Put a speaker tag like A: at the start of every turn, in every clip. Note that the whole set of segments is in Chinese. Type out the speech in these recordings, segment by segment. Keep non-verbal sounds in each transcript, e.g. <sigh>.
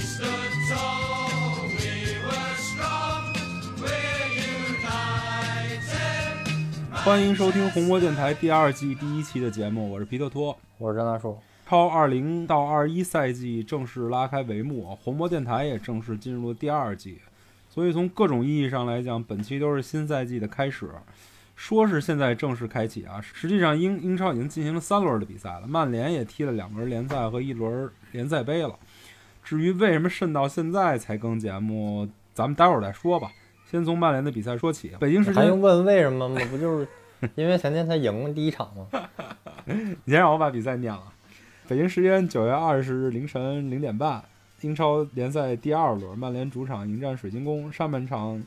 A: stood tall, we were strong, we're united.
B: 欢迎收听红魔电台第二季第一期的节目，我是皮特托。
C: 我是张大树，
B: 超二零到二一赛季正式拉开帷幕，红魔电台也正式进入了第二季。所以从各种意义上来讲，本期都是新赛季的开始。说是现在正式开启啊，实际上英英超已经进行了三轮的比赛了，曼联也踢了两轮联赛和一轮联赛杯了。至于为什么慎到现在才更节目，咱们待会儿再说吧。先从曼联的比赛说起，北京时
C: 还
B: 间
C: 用问为什么吗？不就是因为前天他赢了第一场吗？
B: 你先让我把比赛念了。北京时间九月二十日凌晨零点半，英超联赛第二轮，曼联主场迎战水晶宫。上半场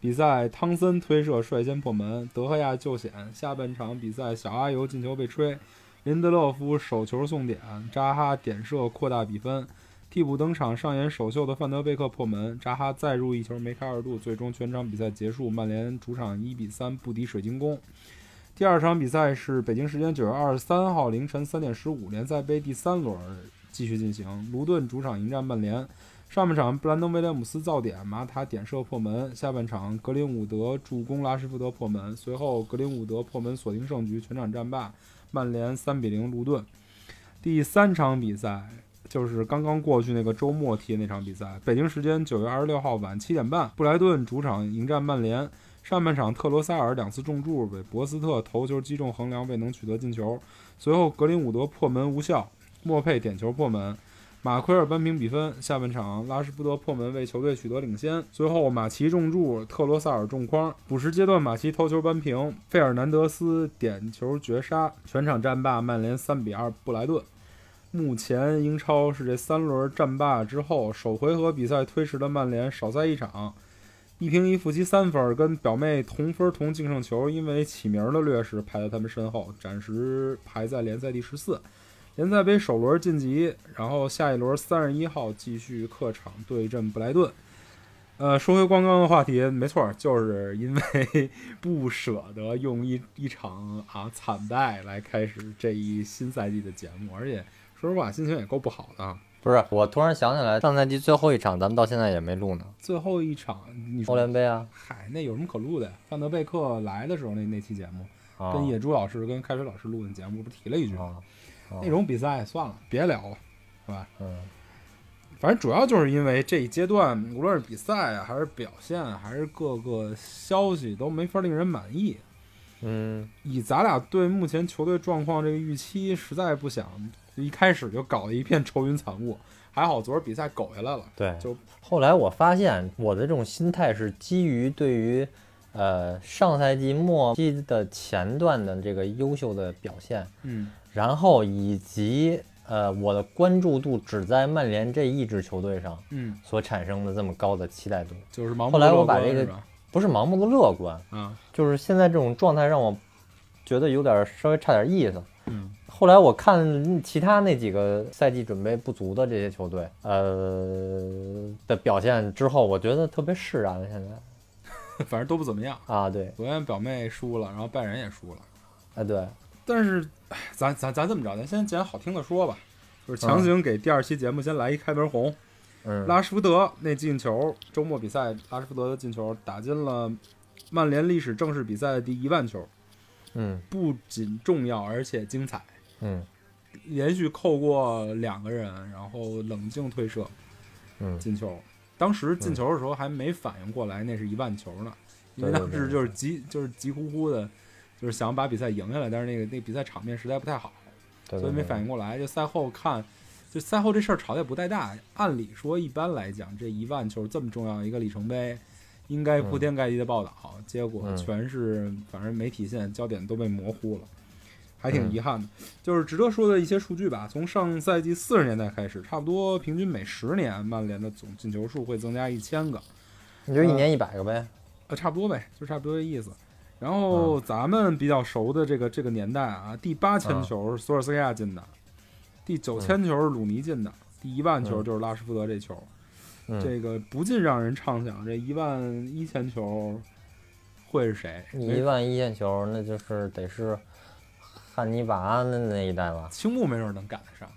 B: 比赛，汤森推射率先破门，德赫亚救险。下半场比赛，小阿尤进球被吹，林德勒夫手球送点，扎哈点射扩大比分。替补登场上演首秀的范德贝克破门，扎哈再入一球梅开二度，最终全场比赛结束，曼联主场一比三不敌水晶宫。第二场比赛是北京时间九月二十三号凌晨三点十五，联赛杯第三轮继续进行，卢顿主场迎战曼联。上半场，布兰登·威廉姆斯造点，马塔点射破门；下半场，格林伍德助攻拉什福德破门，随后格林伍德破门锁定胜局，全场战罢，曼联三比零卢顿。第三场比赛就是刚刚过去那个周末踢的那场比赛，北京时间九月二十六号晚七点半，布莱顿主场迎战曼联。上半场，特罗塞尔两次中柱被博斯特头球击中横梁，未能取得进球。随后，格林伍德破门无效，莫佩点球破门，马奎尔扳平比分。下半场，拉什福德破门为球队取得领先。随后，马奇中柱，特罗塞尔中框。补时阶段，马奇头球扳平，费尔南德斯点球绝杀。全场战罢，曼联三比二布莱顿。目前英超是这三轮战罢之后，首回合比赛推迟的曼联少赛一场，一平一负积三分，跟表妹同分同净胜球，因为起名的劣势排在他们身后，暂时排在联赛第十四。联赛杯首轮晋级，然后下一轮三十一号继续客场对阵布莱顿。呃，说回刚刚的话题，没错，就是因为不舍得用一一场啊惨败来开始这一新赛季的节目，而且说实话心情也够不好的啊。
C: 不是，我突然想起来，上赛季最后一场咱们到现在也没录呢，
B: 最后一场，你
C: 欧
B: 说
C: 联杯啊，
B: 嗨，那有什么可录的呀？范德贝克来的时候那那期节目，
C: 啊
B: 跟野猪老师跟开水老师录的节目，不是提了一句吗？
C: 啊，啊
B: 那种比赛算了，别聊了，是吧？
C: 嗯，
B: 反正主要就是因为这一阶段，无论是比赛啊，还是表现，还是各个消息都没法令人满意。
C: 嗯，
B: 以咱俩对目前球队状况这个预期，实在不想一开始就搞得一片愁云惨雾。还好昨儿比赛苟下来了，
C: 对。
B: 就
C: 后来我发现我的这种心态是基于对于，呃，上赛季末期的前段的这个优秀的表现，
B: 嗯
C: 然后以及呃我的关注度只在曼联这一支球队上
B: 嗯，
C: 所产生的这么高的期待度，
B: 就是盲目
C: 后来
B: 乐
C: 我把
B: 观
C: 这个
B: 是吧
C: 不是盲目的乐观，
B: 啊，
C: 就是现在这种状态让我觉得有点儿稍微差点意思。
B: 嗯
C: 后来我看其他那几个赛季准备不足的这些球队，呃的表现之后，我觉得特别释然了。现在
B: 反正都不怎么样。
C: 啊，对，
B: 昨天表妹输了，然后拜仁也输了。
C: 啊对，
B: 但是，唉咱咱咱这么着，咱先捡好听的说吧，就是强行给第二期节目先来一开门红。
C: 嗯，
B: 拉什福德那进球，周末比赛拉什福德的进球打进了曼联历史正式比赛的第一万球，
C: 嗯
B: 不仅重要，而且精彩。
C: 嗯
B: 连续扣过两个人，然后冷静推射
C: 嗯，
B: 进球。当时进球的时候还没反应过来那是一万球呢，因为
C: 对对
B: 当
C: 嗯对
B: 时
C: 对
B: 就是急就是急呼呼的，就是想把比赛赢下来，但是那个那比赛场面实在不太好。
C: 对，
B: 所以没反
C: 应。
B: 应过来。就赛后看，就赛后这事儿吵得也不太大。按理说，一般来讲，这一万球这么重要一个里程碑，应该铺天盖地的报道，结果
C: 嗯
B: 全是反正媒体现在焦点都被模糊了。还挺
C: 嗯
B: 遗憾的，就是值得说的一些数据吧。从上赛季四十年代开始，差不多平均每十年，曼联的总进球数会增加一千个，
C: 你就一年一百个呗，
B: 呃，差不多呗，就差不多这意思。
C: 啊
B: 然后咱们比较熟的这个这个年代啊，第八千
C: 嗯
B: 球是索尔斯克亚进的，第九千球是鲁尼进的，第一万球就是拉什福德这球。
C: 嗯，
B: 这个不禁让人畅想，这一万一千球会是谁？
C: 一万一线球，那就是得是汉尼拔那那一代吧，
B: 青木没准能赶得上。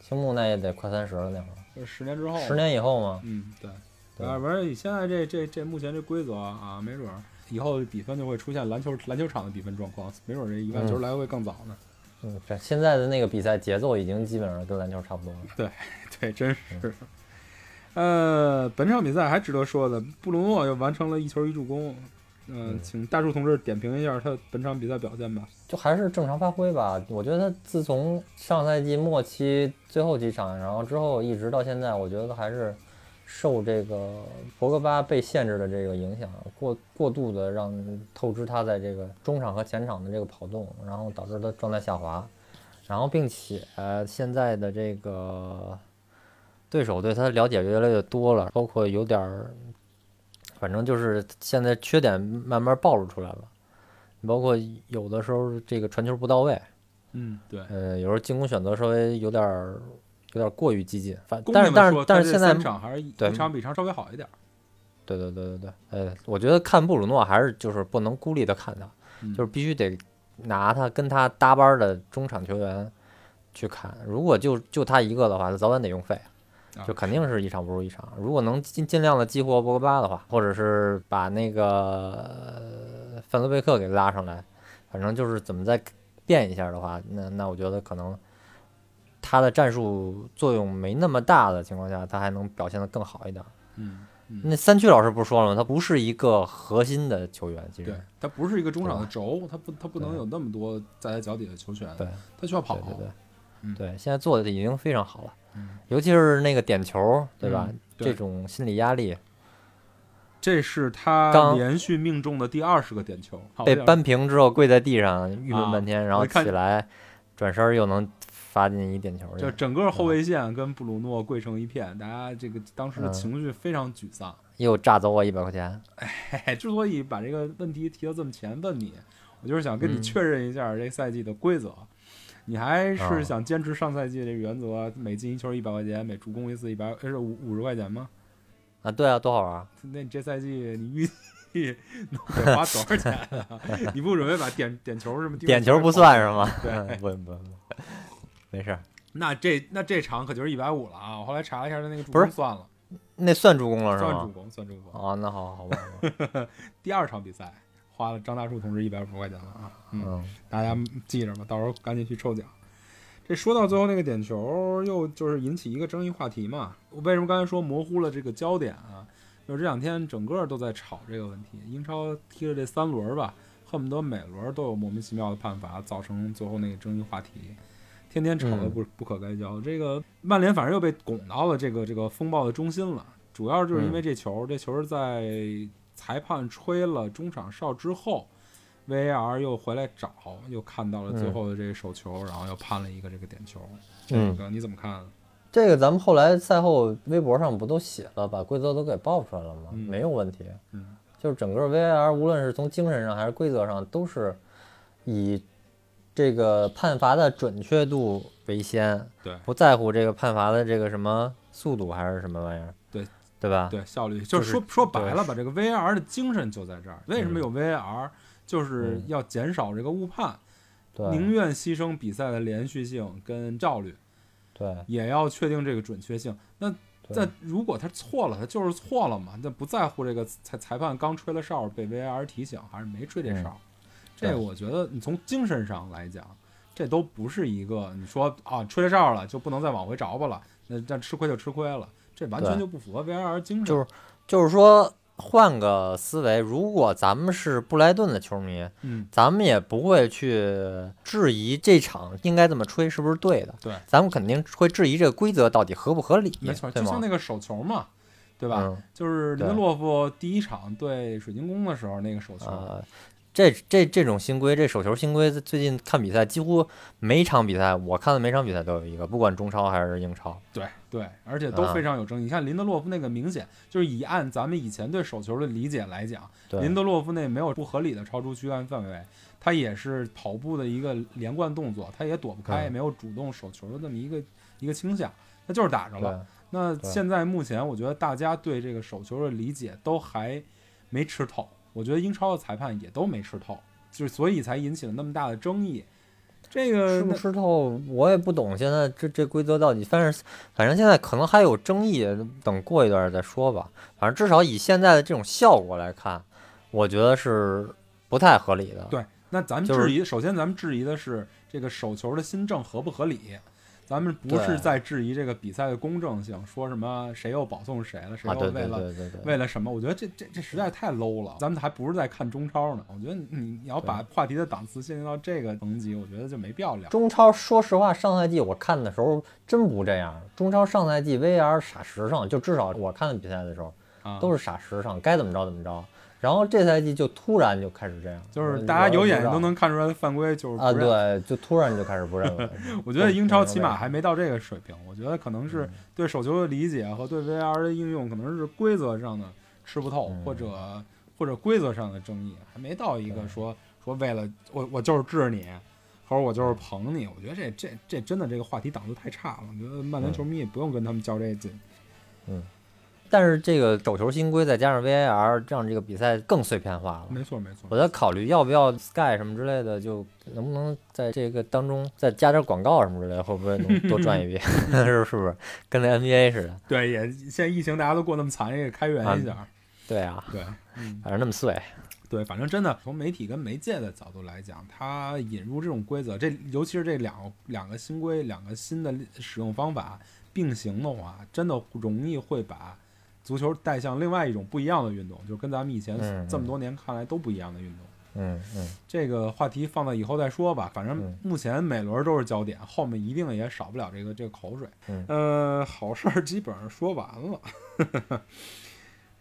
C: 青木那也得快三十了那会儿，
B: 就是十年之后，
C: 十，年以后嘛，
B: 嗯，对，
C: 对
B: 要不然你现在这这这目前这规则啊，没准儿以后比分就会出现篮球篮球场的比分状况，没准儿这一万球来回更早呢。
C: 嗯，这现在的那个比赛节奏已经基本上跟篮球差不多了。
B: <laughs> 对，真是。呃，本场比赛还值得说的，布鲁诺又完成了一球一助攻。嗯
C: 嗯，
B: 请大树同志点评一下他本场比赛表现吧。
C: 就还是正常发挥吧。我觉得他自从上赛季末期最后几场，然后之后一直到现在，我觉得还是受这个博格巴被限制的这个影响，过过度的让透支他在这个中场和前场的这个跑动，然后导致他状态下滑。然后，并且、呃现在的这个对手对他的了解越来越多了，包括有点儿，反正就是现在缺点慢慢暴露出来了。包括有的时候这个传球不到位，
B: 嗯，对。
C: 呃，有时候进攻选择稍微有点儿有点儿过于激进，反
B: 公
C: 但
B: 平
C: 是
B: 地
C: 但
B: 说
C: 是但
B: 他
C: 是
B: 这
C: 现在
B: 三，场还是一
C: 对
B: 场比一场稍微好一点儿。
C: 对对对对对，呃，我觉得看布鲁诺还是就是不能孤立的看他，
B: 嗯
C: 就是必须得拿他跟他搭班儿的中场球员去看，如果就就他一个的话，早晚得用废。
B: 啊
C: 就肯定是一场不如一场。如果能尽尽量的激活博格巴的话，或者是把那个呃范德贝克给拉上来，反正就是怎么再变一下的话，那那我觉得可能他的战术作用没那么大的情况下，他还能表现得更好一点。
B: 嗯，
C: 那三区老师不是说了吗？他不是一个核心的球员，其实
B: 对，他不是一个中场的
C: 对
B: 轴，他不他不能
C: 对
B: 有那么多在他脚底下球权，
C: 对
B: 他需要跑。
C: 对对对，
B: 嗯
C: 对，现在做的已经非常好了，
B: 嗯
C: 尤其是那个点球，对吧？
B: 嗯对
C: 这种心理压力
B: 这是他
C: 刚
B: 连续命中的第二十个点球，好
C: 被
B: 这样
C: 扳平之后跪在地上郁
B: 啊
C: 闷半天，然后
B: 我看
C: 起来转身儿又能发进一点球
B: 就
C: 去，
B: 整个后卫线跟布鲁诺跪成一片，大家这个当时的
C: 嗯
B: 情绪非常沮丧。
C: 又炸走我一百块钱。
B: 嘿嘿，哎之所以把这个问题提到这么前问你，我就是想跟你
C: 嗯
B: 确认一下这赛季的规则。你还是
C: 啊
B: 想坚持上赛季这原则，每进一球一百块钱，每助攻一次一百呃是五五十块钱吗？
C: 啊，对啊，多好玩儿！
B: 那你这赛季你预计能得花多少钱啊？ <laughs> 你不准备把点点球什么
C: 点球不？算是吗？
B: 对
C: <laughs> 不不不，
B: <laughs>
C: 没事儿，
B: 那这那这场可就是一百五了啊！我后来查了一下，他那个助攻
C: 不是
B: 算了，
C: 那算助攻了是
B: 算助
C: 吗？
B: 攻，算助攻。
C: 啊，那好好玩儿吧。
B: 第二场比赛花了张大树同志一百五十块钱了啊！嗯
C: 嗯，
B: 大家记着吧，到时候赶紧去抽奖。这说到最后那个点球，又就是引起一个争议话题嘛。我为什么刚才说模糊了这个焦点啊？就是这两天整个都在吵这个问题。英超踢了这三轮吧，恨不得每轮都有莫名其妙的判罚，造成最后那个争议话题，天天吵得不不可开交。这个曼联反正又被拱到了这个这个风暴的中心了，主要就是因为这球，这球是在裁判吹了中场哨之后，VAR 又回来找，又看到了最
C: 嗯
B: 后的这个手球，然后又判了一个这个点球。
C: 嗯
B: 这个你怎么看？
C: 这个咱们后来赛后微博上不都写了，把规则都给报出来了吗？
B: 嗯
C: 没有问题。
B: 嗯，
C: 就是整个 VAR 无论是从精神上还是规则上，都是以这个判罚的准确度为先，
B: 对
C: 不在乎这个判罚的这个什么速度还是什么玩意儿，
B: 对
C: 对吧？
B: 对，效率就是
C: 是
B: 说说白
C: 对
B: 了吧，这个 VAR 的精神就在这儿。为什么有 VAR？就是
C: 嗯
B: 要减少这个误判，宁
C: 对
B: 愿牺牲比赛的连续性跟效率，
C: 对
B: 也要确定这个准确性。那
C: 对
B: 那如果他错了，他就是错了嘛，那不在乎这个裁裁判刚吹了哨被 VAR 提醒，还是没吹这哨。这
C: 嗯对
B: 我觉得你从精神上来讲，这都不是一个你说啊吹了哨了就不能再往回找吧了，那那吃亏就吃亏了，这完全
C: 对
B: 就不符合 VAR 精神。
C: 就是就是说换个思维，如果咱们是布莱顿的球迷，
B: 嗯，
C: 咱们也不会去质疑这场应该这么吹是不是对的。
B: 对，
C: 咱们肯定会质疑这个规则到底合不合理，
B: 没错，
C: 对
B: 就
C: 吗
B: 像？那个手球嘛，对
C: 对
B: 吧？
C: 嗯
B: 就是林德
C: 对
B: 洛夫第一场对水晶宫的时候那个手球，
C: 呃，这这这种新规，这手球新规，最近看比赛几乎每场比赛，我看的每场比赛都有一个，不管中超还是英超。
B: 对对，而且都
C: 啊
B: 非常有争议。你看林德洛夫那个明显就是以按咱们以前对手球的理解来讲，
C: 对，
B: 林德洛夫那没有不合理的超出躯干范围，他也是跑步的一个连贯动作，他也躲不开，
C: 嗯
B: 也没有主动手球的这么一个一个倾向，那就是打着
C: 对
B: 了。那
C: 对
B: 现在目前，我觉得大家对这个手球的理解都还没吃呃透，我觉得英超的裁判也都没吃透，就是所以才引起了那么大的争议。这个
C: 吃不吃透我也不懂，现在这这规则到底，但是反正现在可能还有争议，等过一段儿再说吧。反正至少以现在的这种效果来看，我觉得是不太合理的。
B: 对，那咱们
C: 就是
B: 质疑，首先咱们质疑的是这个手球的新政合不合理，咱们不是
C: 对
B: 在质疑这个比赛的公正性，说什么谁又保送谁了，谁
C: 啊，
B: 又
C: 对
B: 为
C: 对
B: 了
C: 对对对，
B: 为了什么？我觉得这这这实在是太 low 了，咱们还不是在看中超呢。我觉得你你要把话题的档次限定到这个层级，我觉得就没必要聊。
C: 中超，说实话，上赛季我看的时候真不这样。中超上赛季 VR 傻时尚，就至少我看比赛的时候
B: 啊，
C: 都是傻时尚，该怎么着怎么着。然后这赛季就突然就开始这样，
B: 就是
C: 我
B: 大家有
C: 我也
B: 眼
C: 不知道
B: 都能看出来犯规就是
C: 啊，
B: 不认。
C: 对，就突然就开始不认了。 <laughs>
B: 我觉得英超起
C: 我
B: 码
C: 明白
B: 还没到这个水平，我觉得可能
C: 嗯
B: 是对手球的理解和对 VR 的应用，可能是规则上的吃不透，
C: 嗯
B: 或者或者规则上的争议，还没到一个说说为了我我就是治你，或者我就是捧你。我觉得这这这真的这个话题档次太差了，我觉得曼联球迷也不用跟他们较这劲。
C: 但是这个手球新规再加上 VAR，让这个比赛更碎片化了。
B: 没错没错
C: 我，在考虑要不要 Sky 什么之类的，就能不能在这个当中再加点广告什么之类的，会不会能多赚一笔？ <laughs>
B: 嗯
C: 是是不是跟那 NBA 似的？
B: 对，也现在疫情大家都过那么惨，也得开源一下。
C: 对啊，
B: 对，嗯。
C: 反正那么碎。
B: 对，反正真的从媒体跟媒介的角度来讲，它引入这种规则，这尤其是这两个两个新规、两个新的使用方法并行的话，真的容易会把足球带向另外一种不一样的运动，就跟咱们以前
C: 嗯嗯
B: 这么多年看来都不一样的运动。
C: 嗯嗯，
B: 这个话题放到以后再说吧，反正
C: 嗯
B: 目前每轮都是焦点，后面一定也少不了这个这个口水。
C: 嗯
B: 呃，好事儿基本上说完了。 <laughs>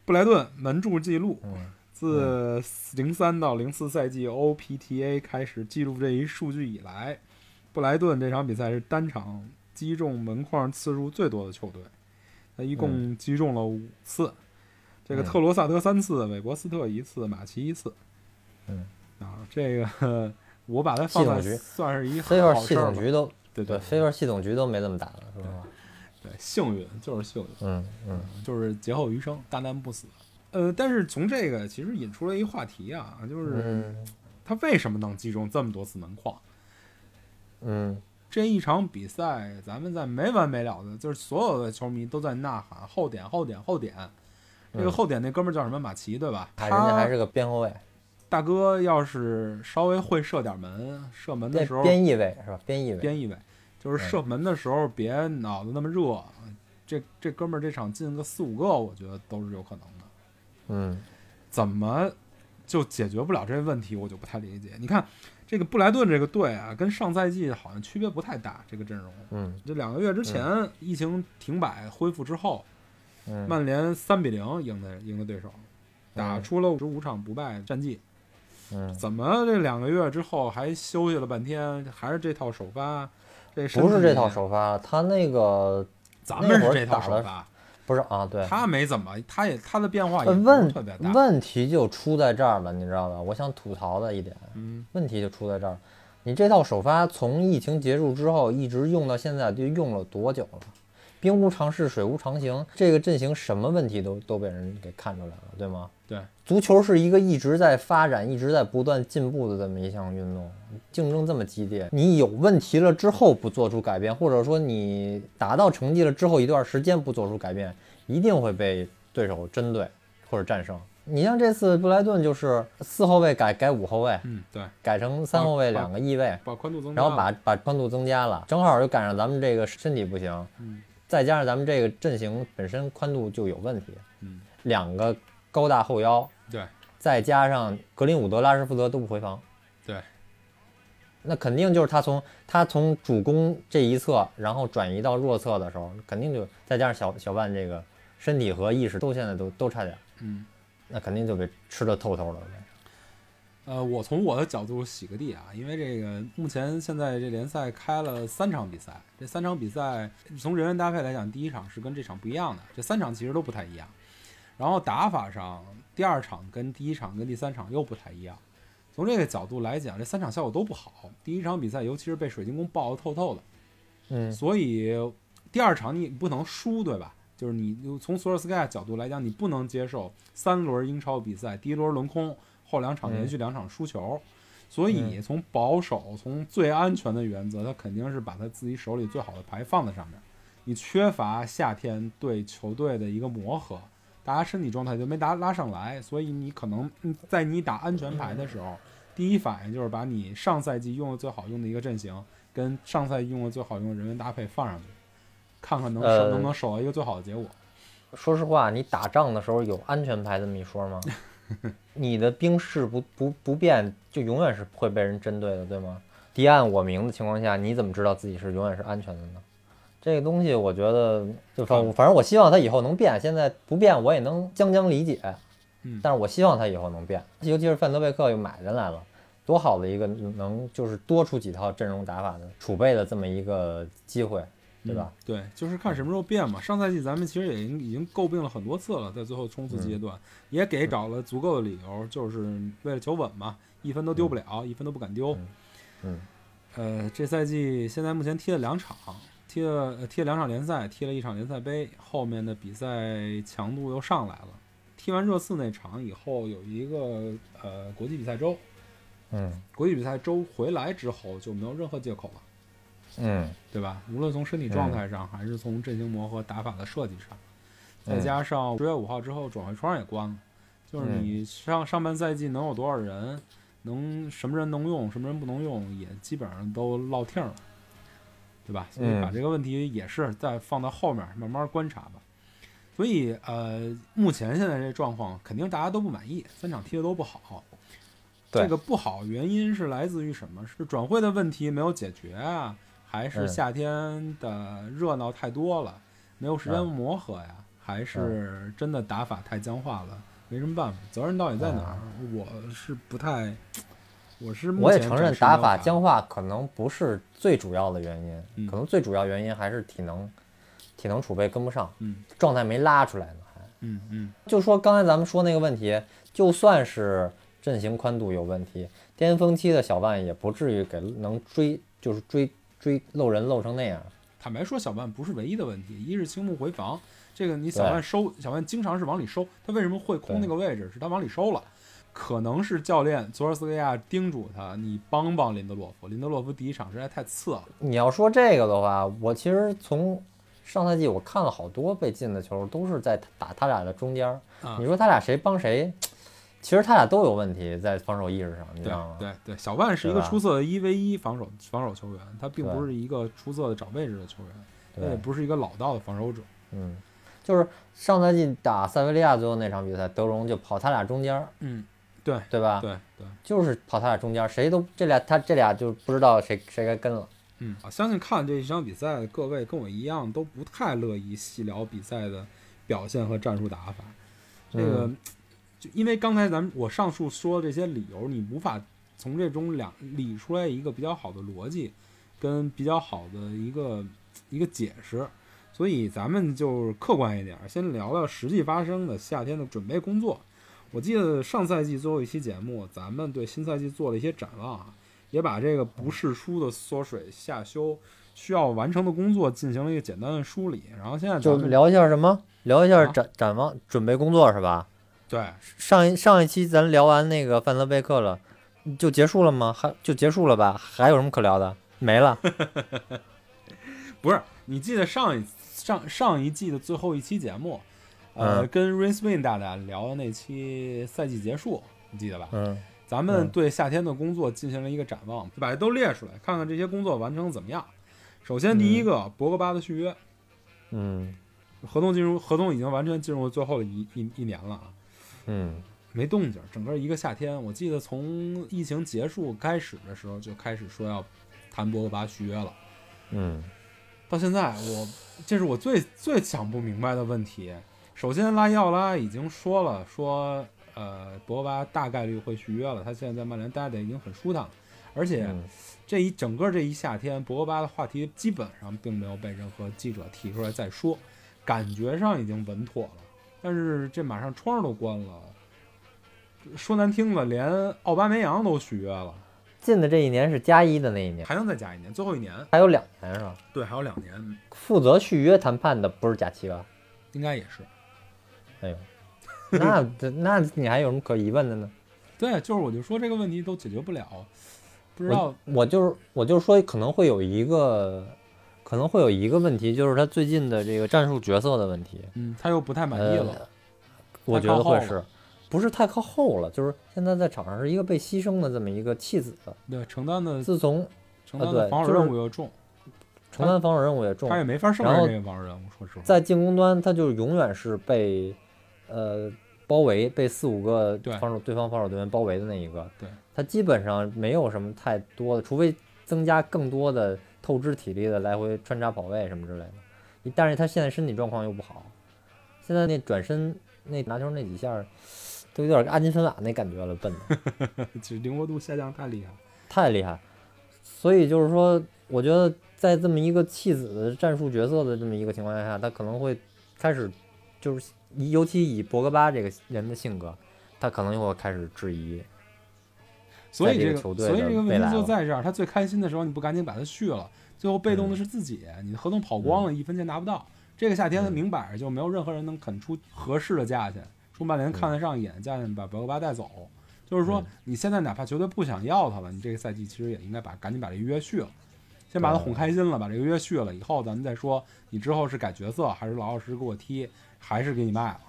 B: 布莱顿门柱记录，
C: 嗯
B: 自零三到零四赛季 OPTA 开始记录这一数据以来，布莱顿这场比赛是单场击中门框次数最多的球队，他一共击中了五次。这个
C: 嗯
B: 特罗萨德三次，韦伯斯特一次，马奇一次。
C: 嗯，
B: 啊，这个 <laughs> 我把它放在
C: 系统局
B: 算是一
C: 非法
B: 好
C: 系
B: 事儿
C: 统
B: 吧。
C: 局都
B: 对
C: 对，
B: 对
C: 非法系统局都没这么打了，是吧？
B: 对，幸运就是幸运。
C: 嗯嗯
B: 就是劫后余生，大难不死。呃，但是从这个其实引出了一个话题啊，就是
C: 嗯
B: 他为什么能击中这么多次门框？
C: 嗯
B: 这一场比赛，咱们在没完没了的，就是所有的球迷都在呐喊后点后点后点。这个
C: 嗯
B: 后点那哥们儿叫什么？马奇对吧？
C: 啊，人家还
B: 他
C: 是个边后卫，
B: 大哥要是稍微会射点门，射门的
C: 边
B: 时候
C: 边翼位是吧？边翼位，嗯
B: 边翼位，就是射门的时候别脑子那么热。这这哥们儿这场进个四五个，我觉得都是有可能的。
C: 嗯
B: 怎么就解决不了这个问题，我就不太理解。你看这个布莱顿这个队啊，跟上赛季好像区别不太大，这个阵容。
C: 嗯
B: 这两个月之前，疫情停摆恢复之后，
C: 嗯，
B: 曼联三比零赢的赢的对手，打
C: 嗯
B: 出了十五场不败战绩。
C: 嗯，
B: 怎么这两个月之后还休息了半天，还是这套首发？这身
C: 不是这
B: 体
C: 套，首发，他那个
B: 咱们
C: 那
B: 是
C: 会儿
B: 这套
C: 打
B: 首
C: 的
B: 发。
C: 不是啊，对。
B: 他没怎么，他也他的变化也
C: 呃
B: 不是
C: 问
B: 特别大。
C: 问题就出在这儿了，你知道吧？我想吐槽的一点，
B: 嗯，
C: 问题就出在这儿。你这套首发从疫情结束之后一直用到现在，就用了多久了？兵无常势，水无常形，这个阵型什么问题都都被人给看出来了，对吗？
B: 对，
C: 足球是一个一直在发展、一直在不断进步的这么一项运动，竞争这么激烈，你有问题了之后不做出改变，或者说你达到成绩了之后一段时间不做出改变，一定会被对手针对或者战胜。你像这次布莱顿就是四后卫改改五后卫，
B: 嗯，对，
C: 改成三后卫
B: 把
C: 两个翼位，
B: 把宽度增加
C: 然
B: 了，
C: 后把把宽度增加了，正好就赶上咱们这个身体不行，
B: 嗯
C: 再加上咱们这个阵型本身宽度就有问题，
B: 嗯，
C: 两个高大后腰，
B: 对，
C: 再加上格林伍德、拉什福德都不回防，
B: 对，
C: 那肯定就是他从他从主攻这一侧，然后转移到弱侧的时候，肯定就再加上小小万这个身体和意识都现在都都差点，
B: 嗯。
C: 那肯定就被吃的透透的了呗。
B: 呃，我从我的角度洗个地啊，因为这个目前现在这联赛开了三场比赛，这三场比赛从人员搭配来讲，第一场是跟这场不一样的，这三场其实都不太一样。然后打法上，第二场跟第一场跟第三场又不太一样。从这个角度来讲，这三场效果都不好。第一场比赛尤其是被水晶宫爆得透透的，
C: 嗯
B: 所以第二场你不能输，对吧？就是你你从索尔斯盖亚角度来讲，你不能接受三轮英超比赛，第一轮轮空，后两场连续两场输球，所以从保守、从最安全的原则，他肯定是把他自己手里最好的牌放在上面。你缺乏夏天对球队的一个磨合，大家身体状态就没达拉上来，所以你可能嗯在你打安全牌的时候，第一反应就是把你上赛季用的最好用的一个阵型，跟上赛季用的最好用的人员搭配放上去，看看能守、
C: 呃
B: 能不能守到一个最好的结果。
C: 说实话，你打仗的时候有安全牌这么一说吗？你的兵势不不不变，就永远是会被人针对的，对吗？敌暗我明的情况下，你怎么知道自己是永远是安全的呢？这个东西，我觉得就反反正我希望它以后能变，现在不变我也能将将理解。
B: 嗯
C: 但是我希望它以后能变，尤其是范德贝克又买进来了，多好的一个能就是多出几套阵容打法的储备的这么一个机会，对吧？
B: 嗯？对，就是看什么时候变嘛。上赛季咱们其实也已经已经诟病了很多次了，在最后冲
C: 嗯
B: 刺阶段、也给找了足够的理由，就是为了求稳嘛，一分都丢不了，一分都不敢丢。
C: 嗯
B: 呃，这赛季现在目前踢了两场，踢了、呃踢了两场联赛，踢了一场联赛杯，后面的比赛强度又上来了。踢完热刺那场以后，有一个呃国际比赛周，
C: 嗯
B: 国际比赛周回来之后就没有任何借口了。
C: 嗯
B: 对吧？无论从身体状态上，还是从阵型磨合、打法的设计上，再
C: 嗯
B: 加上十月五号之后转会窗也关了，就是
C: 嗯
B: 你上上半赛季能有多少人，能什么人能用，什么人不能用，也基本上都落听了，对吧？所以
C: 嗯
B: 把这个问题也是再放到后面慢慢观察吧。所以呃，目前现在这状况，肯定大家都不满意，三场踢的都不好。
C: 对
B: 这个不好原因是来自于什么？是转会的问题没有解决啊，还是
C: 嗯
B: 夏天的热闹太多了，没有时间
C: 嗯
B: 磨合呀？还是真的打法太僵化了，没什么办法？责任到底在哪儿？我是不太，我是目
C: 嗯我也
B: 前
C: 承
B: 暂
C: 认
B: 时没
C: 打
B: 有法
C: 法僵化可能不是最主要的原因，
B: 嗯
C: 可能最主要原因还是体能，体能储备跟不上，
B: 嗯
C: 状态没拉出来呢。还
B: 嗯嗯
C: 就说刚才咱们说那个问题，就算是阵型宽度有问题，巅峰期的小万也不至于给能追，就是追追漏人漏成那样。
B: 坦白说，小万不是唯一的问题，一是青木回防，这个你小
C: 对
B: 万收，小万经常是往里收，他为什么会空那
C: 对
B: 个位置？是他往里收了，可能是教练佐尔斯克亚叮嘱他，你帮帮林德洛夫，林德洛夫第一场实在太次了，
C: 你要说这个的话，我其实从上赛季我看了好多被进的球，都是在打他俩的中间儿。
B: 啊
C: 你说他俩谁帮谁？其实他俩都有问题在防守意识上，你知
B: 对
C: 道吗？
B: 对对，小万是一个
C: 啊对吧
B: 出色的一 v 一防守防守球员，他并不
C: 对
B: 是一个出色的找位置的球员，他也
C: 对
B: 不是一个老道的防守者，
C: 嗯，就是上赛季打塞维利亚最后那场比赛，德容就跑他俩中间儿，
B: 嗯，对
C: 对吧？
B: 对对。
C: 就是跑他俩中间儿，谁都这俩他这俩就不知道谁谁该跟了。
B: 嗯，啊，相信看这一场比赛的各位跟我一样，都不太乐意细聊比赛的表现和战术打法。这个，
C: 嗯
B: 就因为刚才咱们我上述说这些理由，你无法从这中两理出来一个比较好的逻辑，跟比较好的一个一个解释。所以咱们就是客观一点儿，先聊聊实际发生的夏天的准备工作。我记得上赛季最后一期节目，咱们对新赛季做了一些展望啊，也把这个不世出的缩水下修需要完成的工作进行了一个简单的梳理。然后现在咱
C: 就
B: 们
C: 聊一下什么？聊一下
B: 啊
C: 展展望准备工作是吧？
B: 对
C: 上一上一期咱聊完那个范德贝克了，就结束了吗？还就结束了吧？还有什么可聊的？没了。
B: 不是，你记得上一上上一季的最后一期节目，呃，
C: 嗯
B: 跟 Rainswin 大大聊的那期赛季结束，你记得吧？
C: 嗯
B: 咱们
C: 嗯
B: 对夏天的工作进行了一个展望，把这都列出来，看看这些工作完成得怎么样。首先，第一个，博格巴的续约，
C: 嗯
B: 合同进入合同已经完全进入最后的一一一年了啊，
C: 嗯
B: 没动静儿。整个一个夏天，我记得从疫情结束开始的时候就开始说要谈博格巴续约了。
C: 嗯
B: 到现在我这是我最最想不明白的问题。首先，拉伊奥拉已经说了，说呃，博格巴大概率会续约了，他现在在曼联待的已经很舒坦了，而且
C: 嗯
B: 这一整个这一夏天，博格巴的话题基本上并没有被任何记者提出来再说，感觉上已经稳妥了。但是这马上窗儿都关了，说难听的，连奥巴梅扬都续约了，
C: 进的这一年是加一的那一年，
B: 还能再加一年，最后一年，
C: 还有两年是吧？
B: 对，还有两年，
C: 负责续约谈判的不是贾奇吧？
B: 应该也是。
C: 哎呦，那这那你还有什么可疑问的呢？
B: 对，就是我就说这个问题都解决不了，不知道
C: 我嗯我就是我就是说，可能会有一个，可能会有一个问题，就是他最近的这个战术角色的问题，
B: 嗯，他又不太满意了，
C: 呃我
B: 太
C: 觉
B: 靠
C: 得
B: 后
C: 会
B: 了
C: 是，不是太靠后了？就是现在在场上是一个被牺牲的这么一个弃子。
B: 对，承担的
C: 自从
B: 承担
C: 啊
B: 的
C: 对
B: 防守
C: 就是
B: 任务又重，
C: 承担防守任务也重
B: 啊他，也没法胜
C: 然
B: 任
C: 后
B: 这个防守任务，说实话，
C: 在进攻端他就永远是被呃包围，被四五个
B: 对
C: 防守对方防守队员包围的那一个。
B: 对，
C: 他基本上没有什么太多的，除非增加更多的透支体力的来回穿插跑位什么之类的。但是他现在身体状况又不好，现在那转身那拿球那几下儿，都有点阿金芬瓦那感觉了，笨的。
B: 其实灵活度下降太厉害了，
C: 太厉害。所以就是说，我觉得在这么一个弃子的战术角色的这么一个情况下，他可能会开始就是以，尤其以博格巴这个人的性格，他可能又会开始质疑。
B: 所以
C: 在这个
B: 个
C: 球队
B: 所以
C: 的
B: 这个
C: 未
B: 问
C: 来
B: 题就
C: 了
B: 在这儿，他最开心的时候你不赶紧把他续了，最后被动的
C: 嗯
B: 是自己，你的合同跑光了，一分钱拿不到。这个夏天
C: 嗯
B: 明摆着就没有任何人能肯出合适的价钱，出曼联看得上眼的价钱把博格巴带走。就是说
C: 嗯，
B: 你现在哪怕球队不想要他了，你这个赛季其实也应该把赶紧把这个约续了，先把他
C: 对
B: 哄开心了，把这个约续了以后，咱们再说你之后是改角色还是老老实实给我踢，还是给你卖了。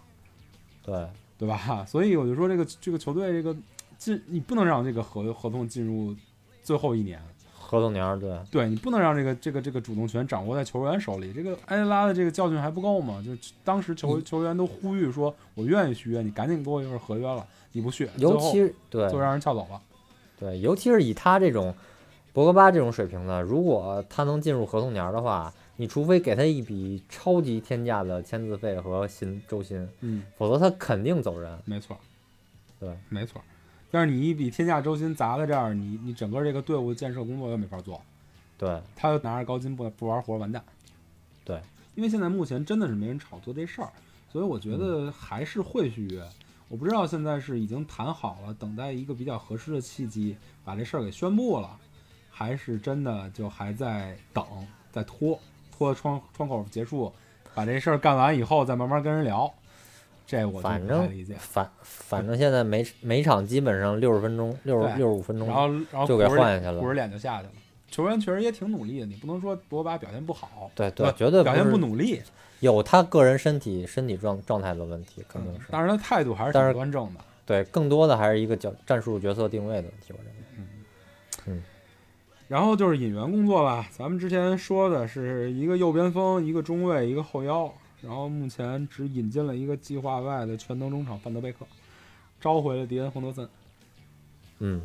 C: 对，
B: 对吧？ <laughs> 所以我就说这个这个球队这个进，你不能让这个合合同进入最后一年，
C: 合同年儿对，
B: 对你不能让这个这个这个主动权掌握在球员手里。这个埃拉的这个教训还不够吗？就是当时
C: 嗯
B: 球球员都呼吁说，我愿意续约，你赶紧给我一份合约了，你不续，
C: 尤
B: 最后
C: 其对
B: 就让人撬走了。
C: 对，尤其是以他这种博格巴这种水平的，如果他能进入合同年儿的话，你除非给他一笔超级天价的签字费和薪周薪，
B: 嗯，
C: 否则他肯定走人。
B: 没错，
C: 对，
B: 没错。但是你一笔天价周薪砸在这儿，你你整个这个队伍建设工作又没法做。
C: 对，
B: 他就拿着高薪不不玩活完蛋。
C: 对，
B: 因为现在目前真的是没人炒作这事儿，所以我觉
C: 嗯
B: 得还是会续约。我不知道现在是已经谈好了，等待一个比较合适的契机把这事儿给宣布了，还是真的就还在等，在拖，拖窗窗口结束，把这事儿干完以后再慢慢跟人聊。这我就
C: 反
B: 不太
C: 正嗯
B: 理解。
C: 反反正现在每每场基本上六十分钟，六
B: 对
C: 十六十五分钟，
B: 然后然后
C: 就给
B: 鼓着
C: 换
B: 脸
C: 下去了
B: 鼓着脸就下去了。球员确实也挺努力的，你不能说博巴表现不好，
C: 对
B: 吧
C: 对，绝对
B: 表现
C: 不
B: 不
C: 是
B: 努力，
C: 有他个人身体身体状状态的问题，肯定
B: 嗯
C: 是、
B: 但是他态度还是
C: 但
B: 挺
C: 是
B: 端正的。
C: 对，更多的还是一个角战术角色定位的问题，我认为。
B: 然后就是引援工作吧，咱们之前说的是一个右边锋，一个中卫，一个后腰，然后目前只引进了一个计划外的全能中场范德贝克，召回了迪恩亨德森，
C: 嗯，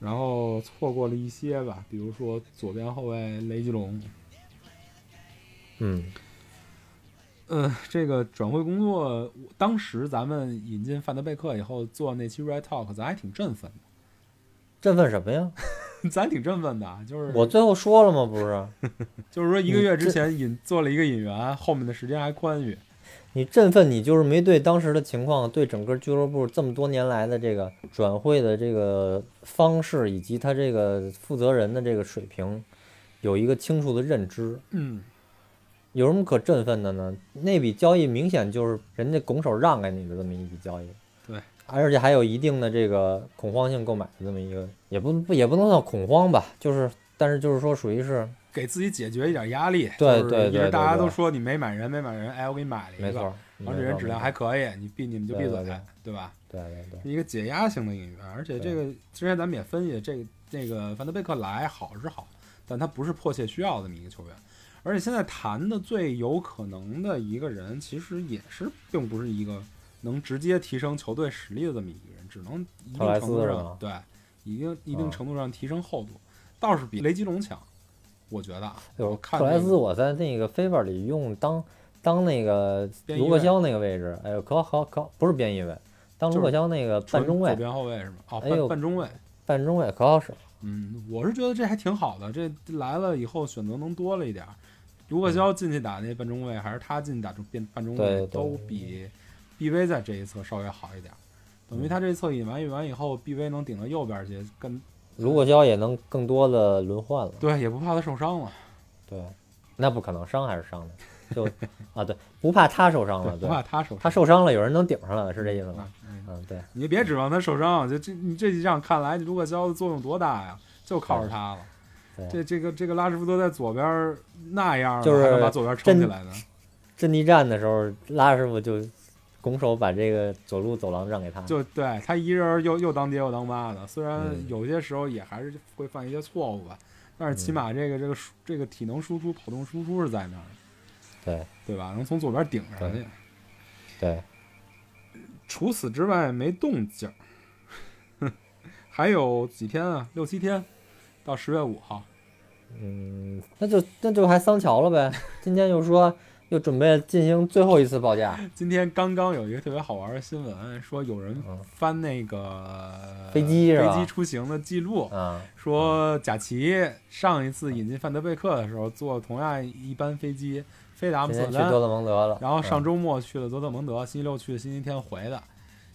B: 然后错过了一些吧，比如说左边后卫雷吉隆。
C: 嗯，
B: 嗯，这个转会工作，当时咱们引进范德贝克以后做那期 Red Talk，咱还挺振奋
C: 振奋什么呀？
B: 的，咱挺振奋的啊，就是
C: 我最后说了吗？不是，
B: 就是说一个
C: 你
B: 月之
C: 这
B: 前引做了一个引援，后面的时间还宽裕。
C: 你振奋，你就是没对当时的情况，对整个俱乐部这么多年来的这个转会的这个方式，以及他这个负责人的这个水平，有一个清楚的认知。
B: 嗯，
C: 有什么可振奋的呢？那笔交易明显就是人家拱手让给你的这么一笔交易，
B: 对，
C: 而且还有一定的这个恐慌性购买的这么一个，也不不也不能算恐慌吧，就是但是就是说属于是
B: 给自己解决一点压力。
C: 对
B: 就是
C: 对
B: 一直
C: 对对
B: 大家都
C: 对
B: 说你没买人，没买人，哎，我给你买了一个，
C: 没错
B: 然，
C: 没
B: 后
C: 错
B: 这人质量还
C: 没
B: 可以，你闭你们就闭
C: 对
B: 嘴，
C: 对对
B: 吧？
C: 错对对对，
B: 是一个解压型的引援，而且这个之前咱们也分析，这个那个范德贝克来好是好，但他不是迫切需要的这么一个球员。而且现在谈的最有可能的一个人，其实也是并不是一个能直接提升球队实力的这么一个人，只能一
C: 特
B: 定
C: 莱
B: 程
C: 斯
B: 度
C: 是
B: 上
C: 吗
B: 对，一定一定
C: 啊
B: 程度上提升厚度，倒是比雷吉隆强，我觉得啊。我
C: 有
B: 看
C: 哎克莱
B: 那个
C: 斯，我在那个 favor 里用当当那个
B: 边翼
C: 卢克
B: 位
C: 肖那个位置，哎呦，可好可好不是边翼位，当
B: 就
C: 卢
B: 是
C: 克肖那个
B: 纯
C: 半中卫
B: 左边后卫是吗？哦，
C: 哎
B: 半、
C: 呦
B: 半中卫。
C: 半中卫可好使了，
B: 嗯，我是觉得这还挺好的，这来了以后选择能多了一点儿。卢克肖进去打那半中卫，还是他进去打中变半中
C: 对
B: 卫，
C: 对
B: 都比 BV 在这一侧稍微好一点儿。等于他这一侧引完引完以后，BV 能顶到右边去，跟
C: 卢克肖也能更多的轮换了。
B: 对也不怕他受伤了，
C: 对，那不可能，伤还是伤的，就 <laughs> 啊对，不怕他受伤了，
B: 不
C: 对，
B: 怕他受
C: 他受伤了，有人能顶上来，是这意思吗？
B: 啊嗯，
C: 嗯，对，
B: 你别指望他受伤，啊就这你这几场看来，卢克肖的作用多大呀？就靠着他了。
C: 对
B: 这这个这个拉什福德在左边儿那样了，
C: 就是
B: 还能把左边撑起来呢。
C: 阵地战的时候，拉师傅就拱手把这个左路走廊让给他。
B: 就对他一人儿又又当爹又当妈的，虽然
C: 嗯
B: 有些时候也还是会犯一些错误吧，但是起码
C: 嗯
B: 这个这个输这个体能输出、跑动输出是在那儿的，
C: 对
B: 对吧？能从左边顶上去。
C: 对，
B: 除此之外没动静儿， <laughs> 还有几天啊？六七天，到十月五号。
C: 嗯，那就那就还桑乔了呗。 <laughs> 今天又说又准备进行最后一次
B: <laughs>
C: 报价，
B: 今天刚刚有一个特别好玩的新闻，说有人
C: 嗯
B: 翻那个
C: 飞机是吧
B: 飞机出行的记录，
C: 啊，
B: 说贾奇上一次引进范德贝克的时候，坐同样一班飞机飞达姆
C: 今
B: 斯
C: 天去
B: 特
C: 多
B: 丹，
C: 嗯特蒙德了。啊
B: 然后上
C: 周、
B: 周末去了多特蒙德，星期六去的，星期天回的。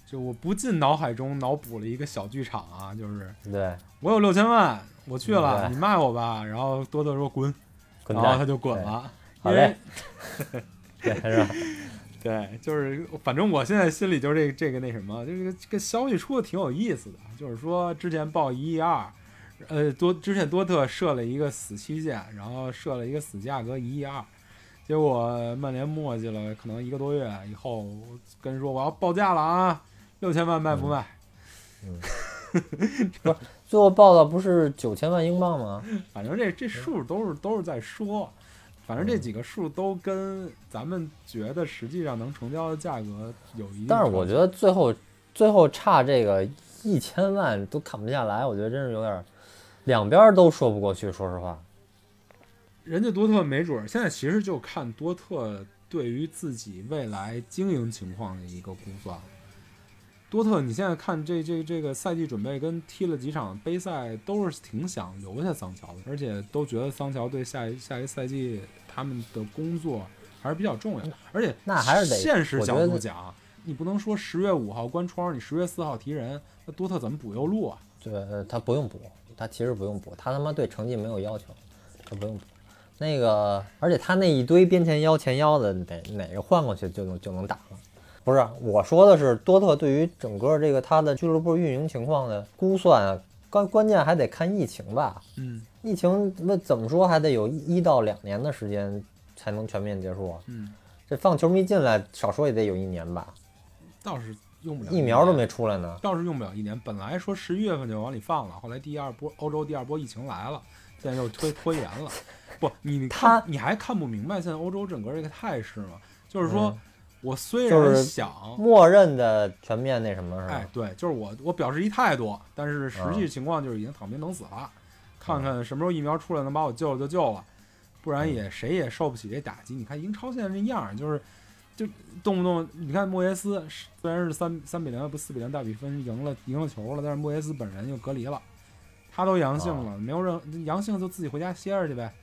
B: 就我不禁脑海中脑补了一个小剧场啊，就是
C: 对，
B: 我有六千万，我去了，
C: 嗯对
B: 你卖我吧。然后多特说滚，
C: 滚
B: 然后他
C: 蛋，
B: 就滚了，
C: 好
B: 因
C: 嘞
B: 为
C: <laughs> 对是吧？
B: 对，就是反正我现在心里就是这这个那什么，就是这个这个消息出的挺有意思的，就是说之前报一亿二，呃，多之前多特设了一个死期限，然后设了一个死价格一亿二，结果曼联磨叽了，可能一个多月以后跟人说我要报价了啊，六千万卖
C: 嗯
B: 不卖？
C: 最后报的不是九千万英镑吗？
B: 反正这这数都是都是在说，反正这
C: 嗯
B: 几个数都跟咱们觉得实际上能成交的价格有一定，
C: 但是我觉。得最后最后差这个一千万都砍不下来，我觉得真是有点儿两边儿都说不过去。说实话，
B: 人家多特没准儿，现在其实就看多特对于自己未来经营情况的一个估算了。多特，你现在看这这这个赛季准备跟踢了几场杯赛，都是挺想留下桑乔的，而且都觉得桑乔对下一下一赛季他们的工作还是比较重要。而且
C: 嗯那还是得
B: 现实
C: 我觉
B: 角度
C: 得
B: 讲，你不能说十月五号关窗，你十月四号提人，那多特怎么补右路啊？
C: 对，呃他不用补，他其实不用补，他他妈对成绩没有要求，他不用补。那个，而且他那一堆边前腰、前腰的，哪哪个换过去就能就能打了。不是，我说的是多特对于整个这个他的俱乐部运营情况的估算啊，关关键还得看疫情吧。
B: 嗯
C: 疫情那怎么说还得有一一到两年的时间才能全面结束啊。
B: 嗯，
C: 这放球迷进来，少说也得有一年吧，
B: 倒是用不了
C: 疫苗都
B: 没。
C: 没出来呢。
B: 倒是用不了一年。本来说十一月份就往里放了，后来第二波欧洲第二波疫情来了，现在又推拖延
C: <laughs>
B: 了。不，你看
C: 他
B: 你还看不明白现在欧洲整个这个态势吗？就是说，
C: 嗯
B: 我虽
C: 就
B: 然
C: 是
B: 想，
C: 默认的全面那什么是吧？啊
B: 哎，对，就是我我表示一态度，但是实际情况就是已经躺平等死了。看看什么时候疫苗出来能把我救了就救了，不
C: 嗯
B: 然也谁也受不起这打击。你看英超现在这样儿，就是就动不动你看莫耶斯是虽然是三三比零不四比零大比分赢了赢了球了，但是莫耶斯本人又隔离了，他都阳性了，没有任何阳性就自己回家歇着去呗，
C: 啊